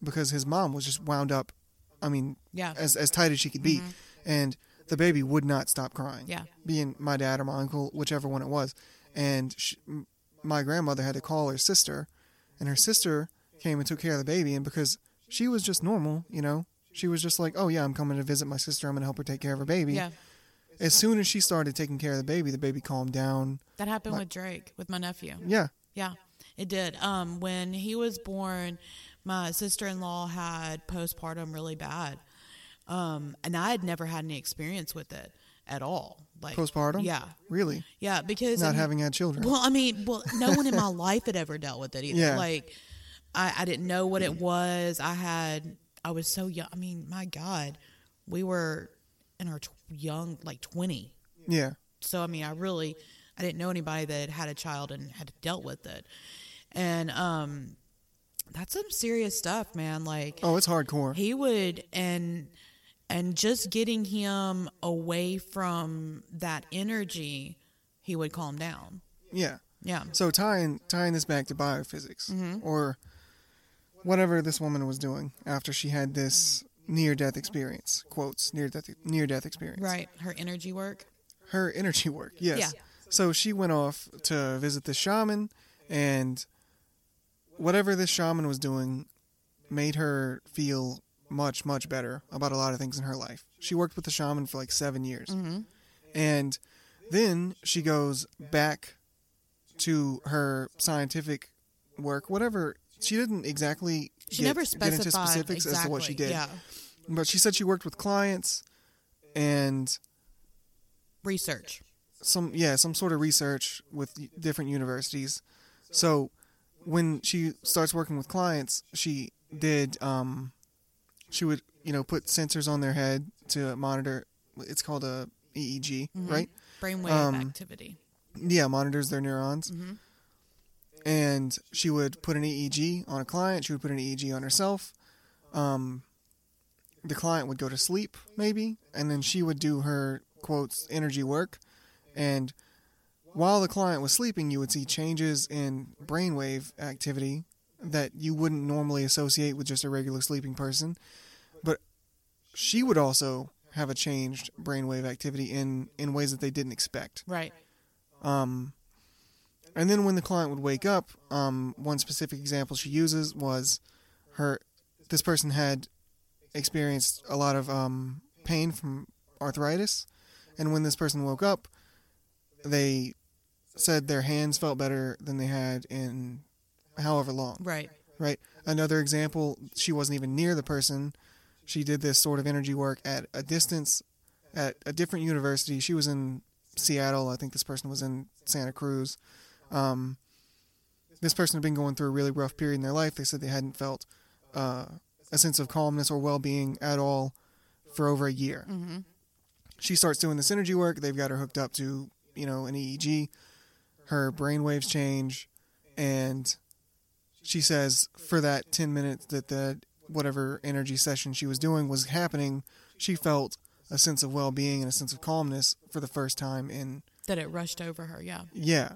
S2: because his mom was just wound up. I mean,
S1: yeah
S2: as as tight as she could be, and the baby would not stop crying.
S1: Mm-hmm. Yeah.
S2: being my dad or my uncle, whichever one it was, and sh m my grandmother had to call her sister, and her sister came and took care of the baby, and because she was just normal, you know, she was just like, oh yeah, I'm coming to visit my sister, I'm gonna help her take care of her baby.
S1: yeah
S2: As soon as she started taking care of the baby, the baby calmed down.
S1: that happened with drake with my nephew
S2: Yeah,
S1: Yeah, it did. Um, when he was born, my sister in law had postpartum really bad, um, and I had never had any experience with it at all. Like
S2: postpartum.
S1: Yeah,
S2: really,
S1: yeah, because
S2: not
S1: I mean-
S2: having had children.
S1: Well, I mean, well, no one in my life had ever dealt with it either.
S2: Yeah.
S1: Like, I, I didn't know what it was. I had, I was so young. I mean, my God, we were in our tw- young, like twenty,
S2: yeah,
S1: so I mean, I really I didn't know anybody that had had a child and had dealt with it, and um, that's some serious stuff, man. Like
S2: oh, it's hardcore.
S1: he would and and just getting him away from that energy, he would calm down.
S2: yeah.
S1: Yeah,
S2: So tying tying this back to biophysics
S1: Mm-hmm.
S2: or whatever this woman was doing after she had this near death experience quotes near death near death experience
S1: right. Her energy work.
S2: her energy work yes
S1: Yeah.
S2: so she went off to visit the shaman and whatever this shaman was doing made her feel much much better about a lot of things in her life she worked with the shaman for like seven years and then she goes back to her scientific work whatever she didn't exactly
S1: She
S2: get-
S1: never
S2: get
S1: specified
S2: into specifics
S1: exactly.
S2: as to what she did
S1: Yeah,
S2: but she said she worked with clients and
S1: research.
S2: some yeah some sort of research with y- different universities so when she starts working with clients she did um she would you know put sensors on their head to monitor it's called a eeg
S1: Mm-hmm.
S2: right
S1: Brainwave
S2: Um,
S1: activity. Mm-hmm.
S2: yeah monitors their neurons and she would put an eeg on a client she would put an eeg on herself um the client would go to sleep maybe and then she would do her quotes energy work and while the client was sleeping you would see changes in brainwave activity that you wouldn't normally associate with just a regular sleeping person but she would also have a changed brainwave activity in in ways that they didn't expect
S1: Right.
S2: um, and then when the client would wake up, um, one specific example she uses was her. This person had experienced a lot of um, pain from arthritis. And when this person woke up, they said their hands felt better than they had in however long.
S1: Right.
S2: Right. Another example, she wasn't even near the person. She did this sort of energy work at a distance at a different university. She was in Seattle. I think this person was in Santa Cruz. Um, this person had been going through a really rough period in their life. They said they hadn't felt uh, a sense of calmness or well being at all for over a year.
S1: Mm-hmm.
S2: She starts doing this energy work. They've got her hooked up to, you know, an EEG. Her brain waves change. And she says for that 10 minutes that the whatever energy session she was doing was happening, she felt a sense of well being and a sense of calmness for the first time in
S1: That it rushed over her. Yeah.
S2: yeah.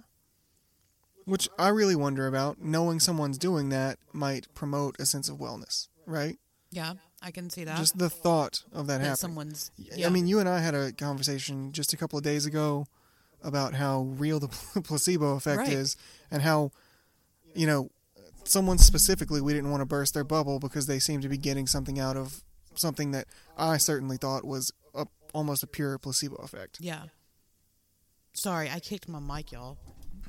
S2: Which I really wonder about. Knowing someone's doing that might promote a sense of wellness, right?
S1: Yeah. I can see that.
S2: Just the thought of that,
S1: that
S2: happening.
S1: someone's.
S2: Y- I mean, you and I had a conversation just a couple of days ago about how real the pl- placebo effect
S1: Right.
S2: is and how, you know, someone specifically we didn't want to burst their bubble because they seemed to be getting something out of something that I certainly thought was a, almost a pure placebo effect.
S1: Yeah. Sorry, I kicked my mic, y'all.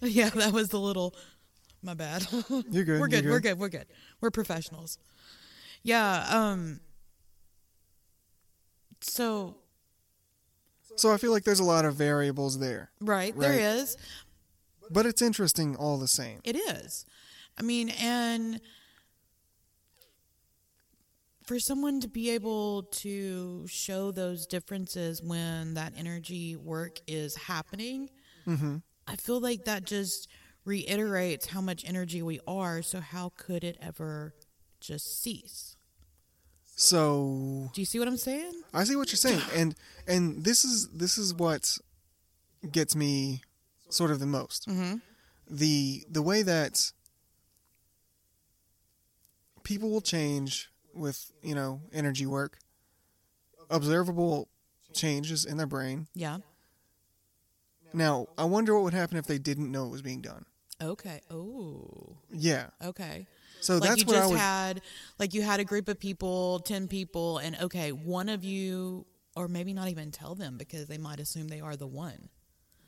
S1: yeah, that was the little. My bad.
S2: You're good.
S1: we're
S2: you're
S1: good. We're good. We're good. We're professionals. Yeah. Um. So
S2: So I feel like there's a lot of variables there,
S1: right, there
S2: Right.
S1: is.
S2: but it's interesting all the same.
S1: It is. I mean, and for someone to be able to show those differences when that energy work is happening,
S2: Mhm.
S1: I feel like that just reiterates how much energy we are. So, how could it ever just cease?
S2: So
S1: Do you see what I'm saying?
S2: I see what you're saying, and and this is this is what gets me sort of the most
S1: Mm
S2: the the way that people will change with you know energy work, observable changes in their brain.
S1: Yeah.
S2: Now I wonder what would happen if they didn't know it was being done.
S1: Okay. Oh,
S2: Yeah,
S1: okay.
S2: so
S1: like
S2: that's
S1: you
S2: what
S1: just
S2: I would.
S1: had like you had a group of people 10 people and okay one of you or maybe not even tell them because they might assume they are the one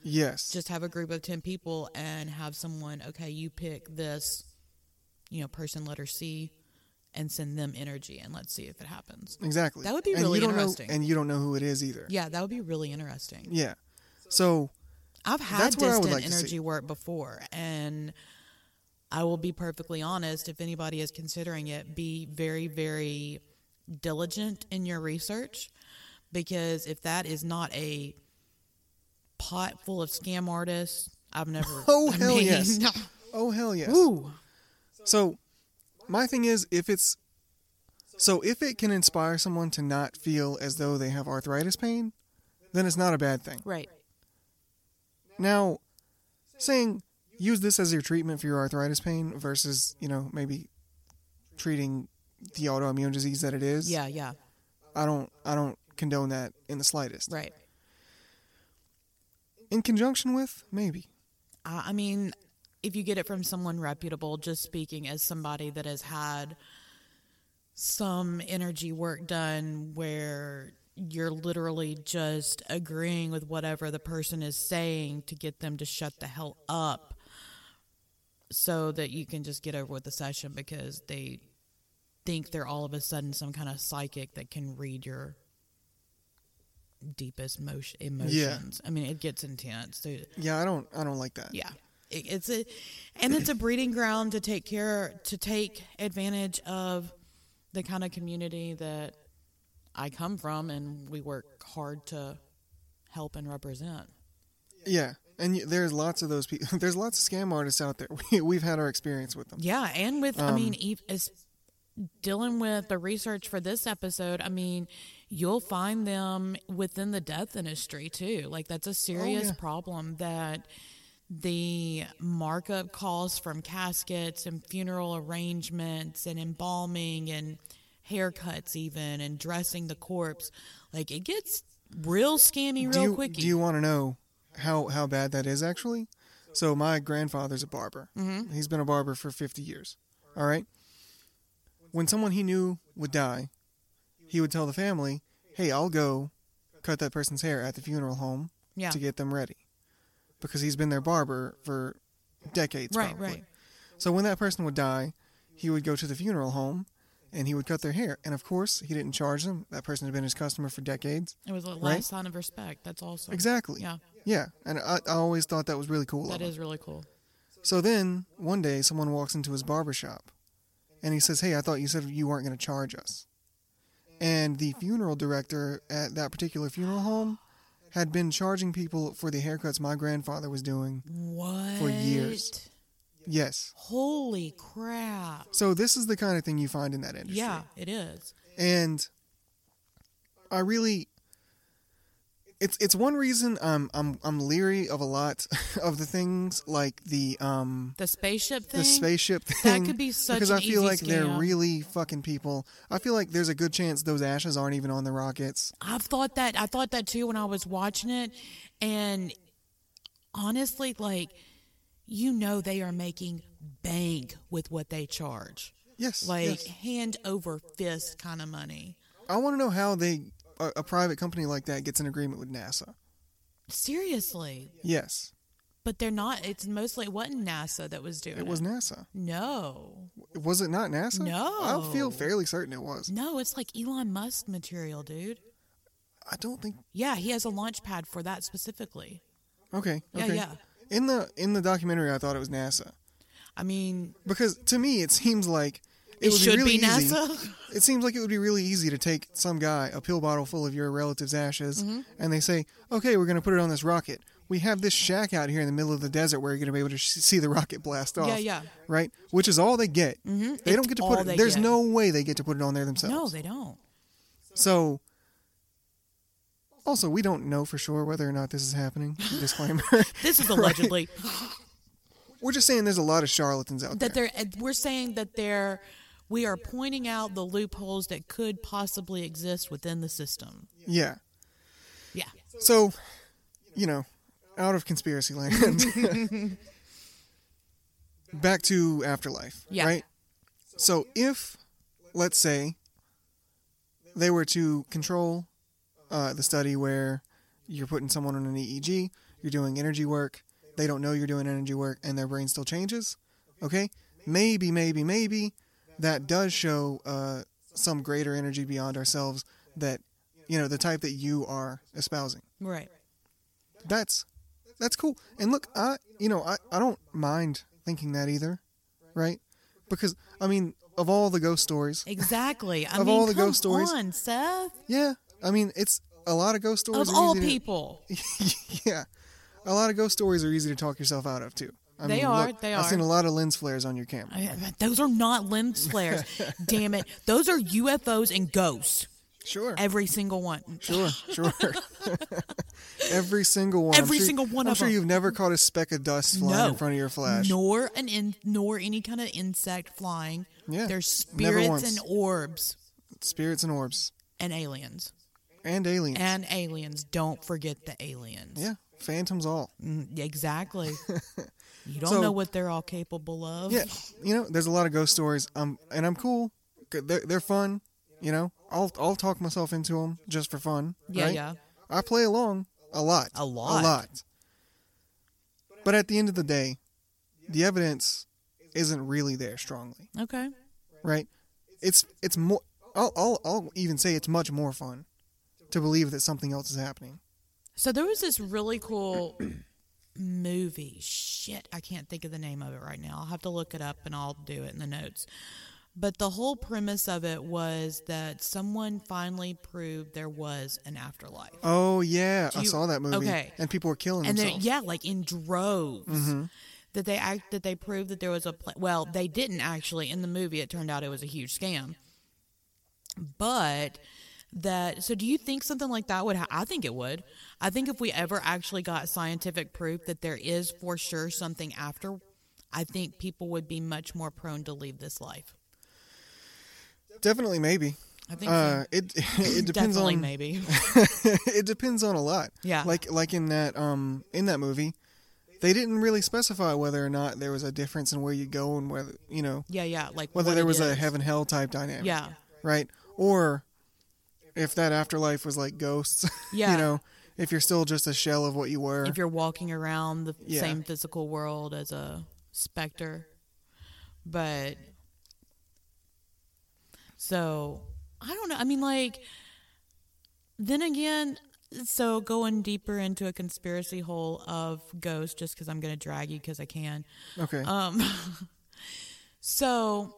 S2: yes,
S1: just have a group of 10 people and have someone okay you pick this you know person letter c and send them energy and let's see if it happens
S2: exactly.
S1: that would be
S2: and
S1: really
S2: you don't
S1: interesting.
S2: Know, and you don't know who it is either.
S1: yeah that would be really interesting
S2: Yeah. So
S1: i've had
S2: That's what I would
S1: distant
S2: like to see.
S1: energy work before and i will be perfectly honest if anybody is considering it be very very diligent in your research because if that is not a pot full of scam artists, I've never.
S2: Oh,
S1: I
S2: hell
S1: mean,
S2: yes. oh hell yes.
S1: Woo.
S2: So, my thing is, if it's so, if it can inspire someone to not feel as though they have arthritis pain, then it's not a bad thing.
S1: Right.
S2: Now, saying use this as your treatment for your arthritis pain versus, you know, maybe treating the autoimmune disease that it is.
S1: Yeah. Yeah.
S2: I don't, I don't condone that in the slightest.
S1: Right.
S2: In conjunction with, maybe.
S1: I, I mean, if you get it from someone reputable, just speaking as somebody that has had some energy work done where you're literally just agreeing with whatever the person is saying to get them to shut the hell up so that you can just get over with the session because they think they're all of a sudden some kind of psychic that can read your deepest motion, emotions. I mean, it gets intense. Dude.
S2: Yeah, I don't, I don't like that.
S1: Yeah. It, it's a and it's a breeding ground to take care to take advantage of the kind of community that I come from and we work hard to help and represent.
S2: Yeah. And y- there's lots of those people. There's lots of scam artists out there. We, we've had our experience with them.
S1: Yeah, and with I mean
S2: Um,
S1: ev- as dealing with the research for this episode, I mean, you'll find them within the death industry too. Like that's a serious
S2: Oh, yeah.
S1: problem that the markup costs from caskets and funeral arrangements and embalming and haircuts even and dressing the corpse, like it gets real scammy real
S2: do you,
S1: quicky.
S2: Do you want to know how how bad that is actually? So my grandfather's a barber.
S1: Mm-hmm.
S2: He's been a barber for 50 years. All right. When someone he knew would die, he would tell the family, "Hey, I'll go cut that person's hair at the funeral home
S1: Yeah.
S2: to get them ready," because he's been their barber for decades.
S1: right,
S2: probably.
S1: right.
S2: So when that person would die, he would go to the funeral home and he would cut their hair. And of course, he didn't charge them. That person had been his customer for decades.
S1: It was a last
S2: Right?
S1: sign of respect. That's also
S2: Exactly.
S1: Yeah,
S2: Yeah. And I, I always thought that was really cool.
S1: that
S2: of him.
S1: is really cool.
S2: So then one day, someone walks into his barber shop and he says, Hey, I thought you said you weren't going to charge us. And the funeral director at that particular funeral home had been charging people for the haircuts my grandfather was doing.
S1: What
S2: years. Yes.
S1: Holy crap!
S2: So this is the kind of thing you find in that industry.
S1: Yeah, it is.
S2: and I really it's it's one reason I'm I'm I'm leery of a lot of the things like the um
S1: The spaceship thing.
S2: the spaceship thing
S1: could be such
S2: because
S1: an
S2: I feel
S1: easy
S2: like they're
S1: scam.
S2: really fucking people. I feel like there's a good chance those ashes aren't even on the rockets.
S1: I've thought that. I thought that too when I was watching it, and honestly, like you know, they are making bank with what they charge,
S2: Yes,
S1: like
S2: yes.
S1: hand over fist kind of money.
S2: I want to know how they a, a private company like that gets an agreement with NASA.
S1: Seriously,
S2: Yes,
S1: but they're not. It's mostly it wasn't NASA that was doing it.
S2: it was NASA.
S1: no,
S2: Was it not NASA?
S1: No.
S2: I feel fairly certain it was.
S1: no. It's like Elon Musk material, dude.
S2: I don't think.
S1: Yeah, he has a launch pad for that specifically.
S2: Okay,
S1: Yeah,
S2: okay.
S1: yeah.
S2: In the in the documentary, I thought it was NASA.
S1: I mean,
S2: because to me it seems like it,
S1: it,
S2: would
S1: should
S2: be, really
S1: be
S2: Easy.
S1: NASA.
S2: It seems like it would be really easy to take some guy a pill bottle full of your relative's ashes,
S1: Mm-hmm.
S2: and they say, "Okay, we're going to put it on this rocket. We have this shack out here in the middle of the desert where you're going to be able to sh- see the rocket blast off."
S1: Yeah, yeah.
S2: Right, which is all they get. Mm-hmm. They don't get to put
S1: all
S2: it.
S1: they
S2: There's
S1: get.
S2: no way they get to put it on there themselves.
S1: No, they don't.
S2: so. Also, we don't know for sure whether or not this is happening. Disclaimer:
S1: This is allegedly
S2: We're just saying there's a lot of charlatans out
S1: that
S2: there.
S1: they're. eh, We're saying that they're. We are pointing out the loopholes that could possibly exist within the system.
S2: Yeah.
S1: Yeah,
S2: So, you know, out of conspiracy land, back to afterlife,
S1: Yeah.
S2: right? So, if, let's say, they were to control uh, the study where you're putting someone on an EEG, you're doing energy work, they don't know you're doing energy work, and their brain still changes, okay? Maybe, maybe, maybe that does show uh, some greater energy beyond ourselves that, you know, the type that you are espousing
S1: right.
S2: that's that's cool. And look, I you know I, I don't mind thinking that either, right? Because I mean, of all the ghost stories,
S1: Exactly. I
S2: Of
S1: mean,
S2: all the
S1: come
S2: ghost stories-
S1: on, Seth.
S2: yeah, I mean it's a lot of ghost stories.
S1: Of
S2: are
S1: all
S2: easy to-
S1: people,
S2: yeah, a lot of ghost stories are easy to talk yourself out of too. I
S1: They
S2: mean,
S1: are,
S2: look,
S1: they
S2: I've
S1: are.
S2: seen a lot of lens flares on your camera.
S1: I- I- those are not lens flares. Damn it, those are UFOs and ghosts.
S2: Sure.
S1: Every single one.
S2: Sure, sure. Every single one. I'm
S1: Every
S2: sure-
S1: single one
S2: I'm
S1: of
S2: sure
S1: them.
S2: you've never caught a speck of dust flying
S1: No.
S2: in front of your flash.
S1: nor an in, nor any kind of insect flying.
S2: Yeah,
S1: They're
S2: never
S1: spirits
S2: once.
S1: and orbs
S2: Spirits and orbs
S1: and aliens.
S2: and aliens.
S1: And aliens. Don't forget the aliens.
S2: yeah, phantoms all.
S1: Mm, exactly. you don't
S2: So-
S1: know what they're all capable of.
S2: Yeah, you know, there's a lot of ghost stories. Um, and I'm cool. Good- They're, they're fun. You know, I'll I'll talk myself into them just for fun.
S1: Yeah,
S2: right?
S1: yeah.
S2: I play along a lot.
S1: A lot.
S2: A lot. But at the end of the day, the evidence isn't really there strongly,
S1: Okay.
S2: right? It's it's more. I'll I'll, I'll even say it's much more fun to believe that something else is happening.
S1: So there was this really cool movie. Shit, I can't think of the name of it right now. I'll have to look it up and I'll do it in the notes. But the whole premise of it was that someone finally proved there was an afterlife.
S2: Oh yeah,
S1: Do
S2: I
S1: you-
S2: saw that movie.
S1: okay.
S2: And people were killing
S1: and they
S2: themselves. Mm-hmm.
S1: yeah, like in droves. That they act that they proved that there was a pla- well, they didn't actually in the movie. It turned out it was a huge scam. But that so do you think something like that would? Ha- I think it would. I think if we ever actually got scientific proof that there is for sure something after, I think people would be much more prone to leave this life.
S2: Definitely, maybe.
S1: I think
S2: Uh,
S1: so.
S2: it it depends
S1: definitely
S2: on
S1: maybe.
S2: it depends on a lot.
S1: Yeah.
S2: Like like in that um in that movie, they didn't really specify whether or not there was a difference in where you go and whether you know
S1: yeah, yeah. Like
S2: whether
S1: what
S2: there
S1: it
S2: was a
S1: is.
S2: heaven hell type dynamic.
S1: Yeah.
S2: Right. Or if that afterlife was like ghosts,
S1: Yeah.
S2: you know, if you're still just a shell of what you were,
S1: if you're walking around the
S2: Yeah.
S1: same physical world as a specter. But so I don't know. I mean, like, then again, so going deeper into a conspiracy hole of ghosts, just because I'm going to drag you because I can.
S2: okay,
S1: Um, so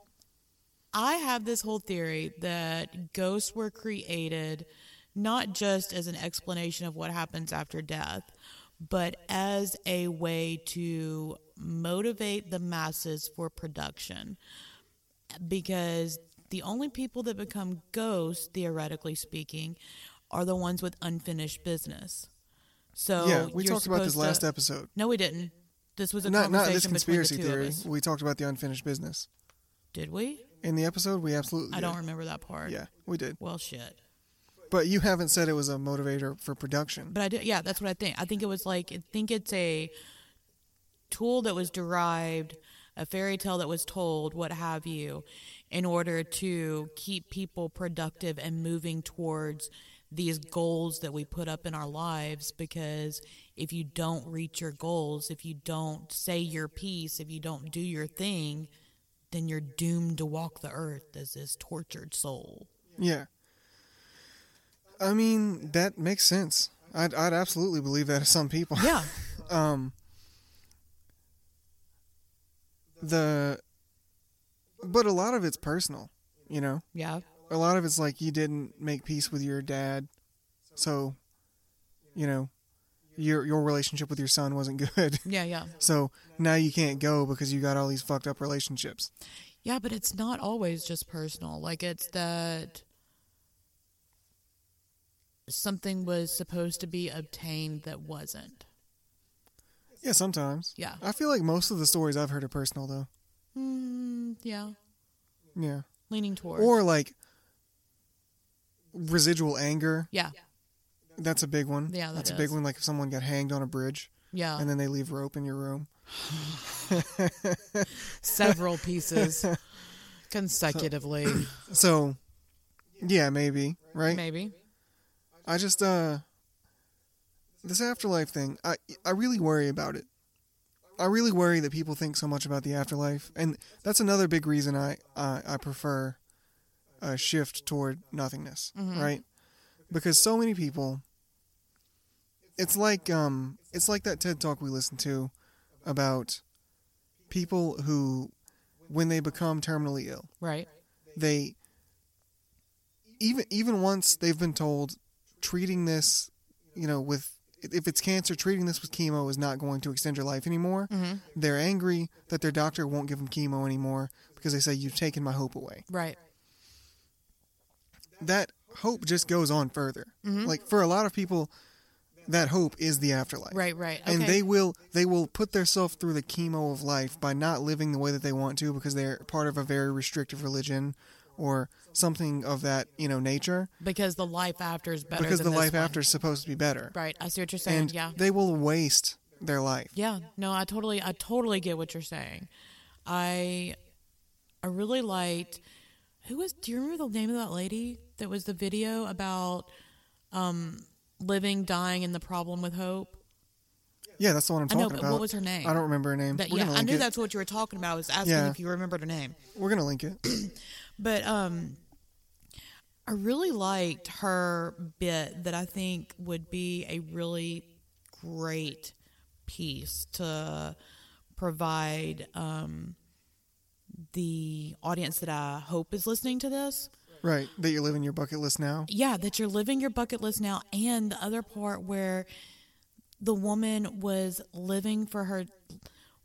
S1: I have this whole theory that ghosts were created not just as an explanation of what happens after death, but as a way to motivate the masses for production. Because the only people that become ghosts, theoretically speaking, are the ones with unfinished business. So
S2: yeah, we
S1: you're
S2: talked about
S1: supposed
S2: this
S1: to-
S2: last episode.
S1: No, we didn't. This was a
S2: Not not
S1: conversation
S2: this conspiracy
S1: between the two
S2: theory.
S1: of us.
S2: We talked about the unfinished business
S1: Did we?
S2: in the episode. We absolutely
S1: I
S2: did.
S1: don't remember that part.
S2: Yeah, we did.
S1: Well, shit.
S2: But you haven't said it was a motivator for production.
S1: But I do. Yeah, that's what I think. I think it was like. I think it's a tool that was derived, a fairy tale that was told, what have you, in order to keep people productive and moving towards these goals that we put up in our lives. Because if you don't reach your goals, if you don't say your piece, if you don't do your thing, then you're doomed to walk the earth as this tortured soul.
S2: Yeah. I mean, that makes sense. I'd, I'd absolutely believe that of some people.
S1: Yeah.
S2: um the but a lot of it's personal, you know.
S1: Yeah.
S2: A lot of it's like you didn't make peace with your dad. So, you know, your your relationship with your son wasn't good.
S1: Yeah. Yeah.
S2: So, now you can't go because you got all these fucked up relationships.
S1: Yeah, but it's not always just personal. Like it's that something was supposed to be obtained that wasn't.
S2: Yeah, sometimes.
S1: Yeah.
S2: I feel like most of the stories I've heard are personal though.
S1: Mm, yeah.
S2: Yeah.
S1: Leaning towards.
S2: or like residual anger.
S1: yeah.
S2: That's a big one.
S1: Yeah, that
S2: that's a
S1: is.
S2: big one. Like if someone got hanged on a bridge
S1: Yeah.
S2: and then they leave rope in your room.
S1: Several pieces consecutively,
S2: So, yeah, maybe right.
S1: maybe.
S2: I just uh, this afterlife thing. I I really worry about it. I really worry that people think so much about the afterlife, and that's another big reason I I, I prefer a shift toward nothingness, right? Because so many people, it's like um, it's like that TED talk we listened to about people who, when they become terminally ill,
S1: Right.
S2: they even even once they've been told treating this you know with if it's cancer treating this with chemo is not going to extend your life anymore
S1: Mm. Mm-hmm.
S2: they're angry that their doctor won't give them chemo anymore because they say you've taken my hope away
S1: Right.
S2: that hope just goes on further
S1: Mm-hmm.
S2: like for a lot of people that hope is the afterlife
S1: Right. Right. Okay.
S2: and they will they will put themselves through the chemo of life by not living the way that they want to because they're part of a very restrictive religion or something of that you know nature
S1: because the life after is better.
S2: because the
S1: than this
S2: life
S1: one.
S2: after is supposed to be better
S1: Right. I see what you're saying.
S2: and
S1: yeah.
S2: they will waste their life
S1: Yeah. No, I totally I totally get what you're saying. I I really liked who was do you remember the name of that lady that was the video about um living, dying and the problem with hope?
S2: yeah that's the one i'm
S1: I know,
S2: talking
S1: but
S2: about
S1: what was her name?
S2: i don't remember her name
S1: That,
S2: we're
S1: yeah,
S2: gonna
S1: I
S2: link
S1: knew
S2: it.
S1: that's what you were talking about. I was asking
S2: Yeah.
S1: if you remembered her name.
S2: we're gonna link it
S1: But um I really liked her bit that I think would be a really great piece to provide um the audience that I hope is listening to this.
S2: right that you're living your bucket list now
S1: Yeah, that you're living your bucket list now. And the other part where the woman was living for her,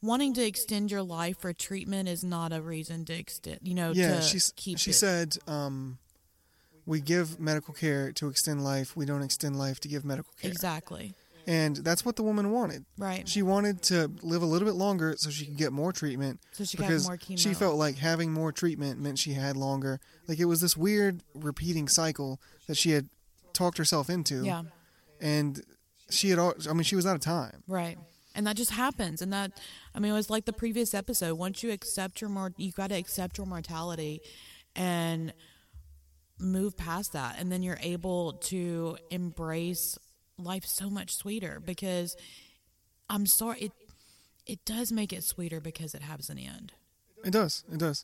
S1: wanting to extend your life for treatment is not a reason to extend, you know,
S2: yeah
S1: to
S2: she's
S1: keep
S2: she
S1: it.
S2: said um we give medical care to extend life we don't extend life to give medical care
S1: Exactly.
S2: and that's what the woman wanted
S1: Right.
S2: She wanted to live a little bit longer so she could get more treatment.
S1: So she got
S2: because
S1: more chemo.
S2: she felt like having more treatment meant she had longer. Like it was this weird repeating cycle that she had talked herself into.
S1: Yeah.
S2: And she had, al- I mean, she was out of time.
S1: Right. And that just happens. And that, I mean, it was like the previous episode. Once you accept your, mor- you got to accept your mortality and move past that and then you're able to embrace life so much sweeter because I'm sorry it it does make it sweeter because it has an end.
S2: It does. It does.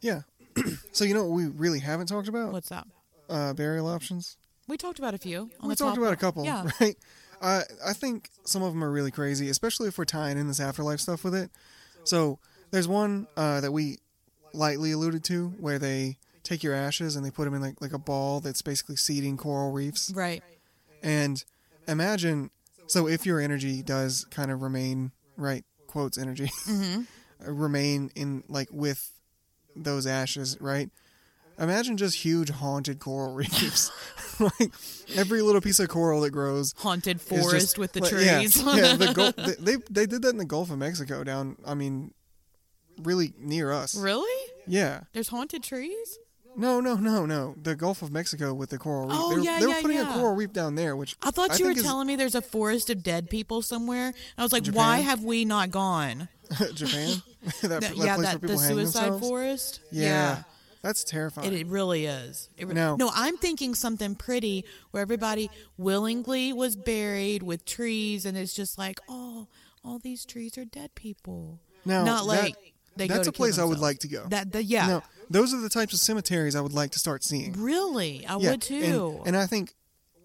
S2: Yeah. so you know what we really haven't talked about?
S1: What's that?
S2: Uh, burial options.
S1: We talked about a few. on
S2: we
S1: the
S2: talked
S1: top-
S2: about a couple,
S1: Yeah.
S2: right? I I think some of them are really crazy, especially if we're tying in this afterlife stuff with it. So there's one uh, that we lightly alluded to where they take your ashes and they put them in like like a ball that's basically seeding coral reefs.
S1: Right.
S2: And imagine so if your energy does kind of remain right quotes energy
S1: Mm-hmm.
S2: remain in like with those ashes, right? Imagine just huge haunted coral reefs. like every little piece of coral that grows
S1: Haunted
S2: is
S1: forest
S2: just-
S1: with the
S2: like, yeah,
S1: trees.
S2: Yeah, the Gul- they, they they did that in the Gulf of Mexico down I mean really near us.
S1: really?
S2: Yeah.
S1: There's haunted trees?
S2: No, no, no, no. The Gulf of Mexico with the coral reef.
S1: Oh,
S2: they were,
S1: yeah,
S2: they were
S1: yeah,
S2: putting
S1: yeah.
S2: a coral reef down there, which
S1: I thought you were
S2: think is-
S1: telling me there's a forest of dead people somewhere. And I was like,
S2: Japan?
S1: why have we not gone?
S2: Japan. that,
S1: That-
S2: that
S1: yeah,
S2: place
S1: that
S2: where
S1: the
S2: people hang
S1: suicide
S2: themselves.
S1: forest.
S2: Yeah. That's terrifying.
S1: It, it really is. It re-
S2: Now-
S1: no, I'm thinking something pretty where everybody willingly was buried with trees, and it's just like, oh, all these trees are dead people.
S2: Now,
S1: Not
S2: that-
S1: like they go
S2: that's
S1: to
S2: a place
S1: kill
S2: I would
S1: themselves.
S2: like to go.
S1: That, the, yeah,
S2: No, those are the types of cemeteries I would like to start seeing.
S1: really, I
S2: Yeah,
S1: would too.
S2: And, and I think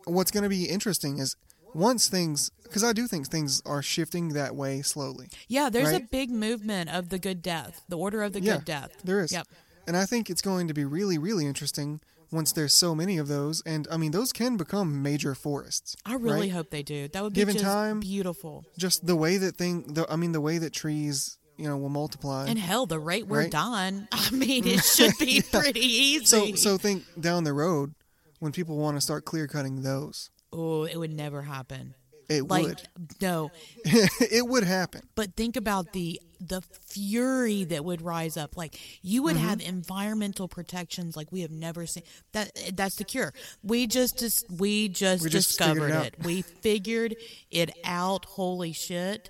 S2: what's going to be interesting is once things, because I do think things are shifting that way slowly.
S1: yeah, there's a
S2: right?
S1: big movement of the good death, the order of the
S2: yeah,
S1: good death.
S2: there is.
S1: Yep.
S2: And I think it's going to be really, really interesting once there's so many of those. And I mean, those can become major forests.
S1: I really
S2: right?
S1: hope they do. That would be
S2: Given
S1: just
S2: time,
S1: beautiful.
S2: just the way that thing. The, I mean, the way that trees, you know, will multiply.
S1: And hell, the rate we're
S2: Uh, Right.
S1: done, I mean, it should be pretty easy.
S2: so, so think down the road when people want to start clear cutting those.
S1: oh, it would never happen.
S2: It
S1: Like,
S2: would.
S1: no,
S2: it would happen.
S1: but think about the the fury that would rise up like you would
S2: Mm-hmm.
S1: have environmental protections like we have never seen that that's the cure we just dis- we just
S2: We just
S1: discovered
S2: figured it out.
S1: it, we figured it out holy shit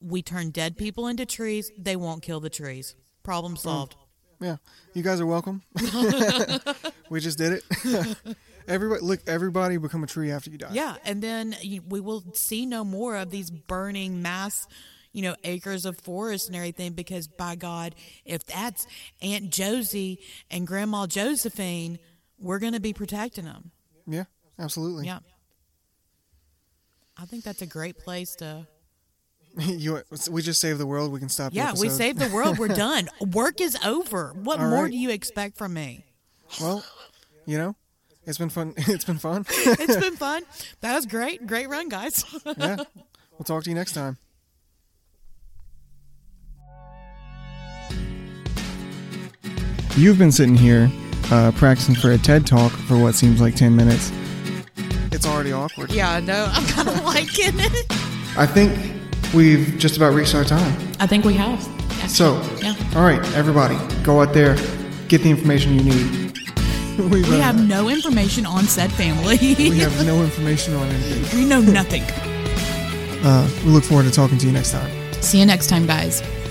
S1: we turn dead people into trees they won't kill the trees
S2: Mm.
S1: problem solved
S2: Yeah, you guys are welcome. we just did it. everybody, look, everybody become a tree after you die.
S1: yeah and then you, we will see no more of these burning mass you know acres of forest and everything because by god if that's aunt josie and grandma josephine we're going to be protecting them
S2: yeah, absolutely.
S1: yeah i think that's a great place to
S2: you, we just saved the world. We can stop. the
S1: yeah we
S2: episode.
S1: saved the world we're done work is over what
S2: All
S1: more
S2: right.
S1: do you expect from me
S2: Well, you know, it's been fun. it's been fun.
S1: it's been fun that was great great run guys
S2: yeah, we'll talk to you next time. You've been sitting here uh, practicing for a TED talk for what seems like ten minutes. It's already awkward.
S1: yeah no i'm kind of liking it
S2: I think we've just about reached our time.
S1: i think we have
S2: So,
S1: Yeah.
S2: all right, everybody, go out there, get the information you need.
S1: We
S2: we, uh,
S1: have no information on said family.
S2: we have no information on anything.
S1: we know nothing.
S2: Uh, we look forward to talking to you next time.
S1: See you next time, guys.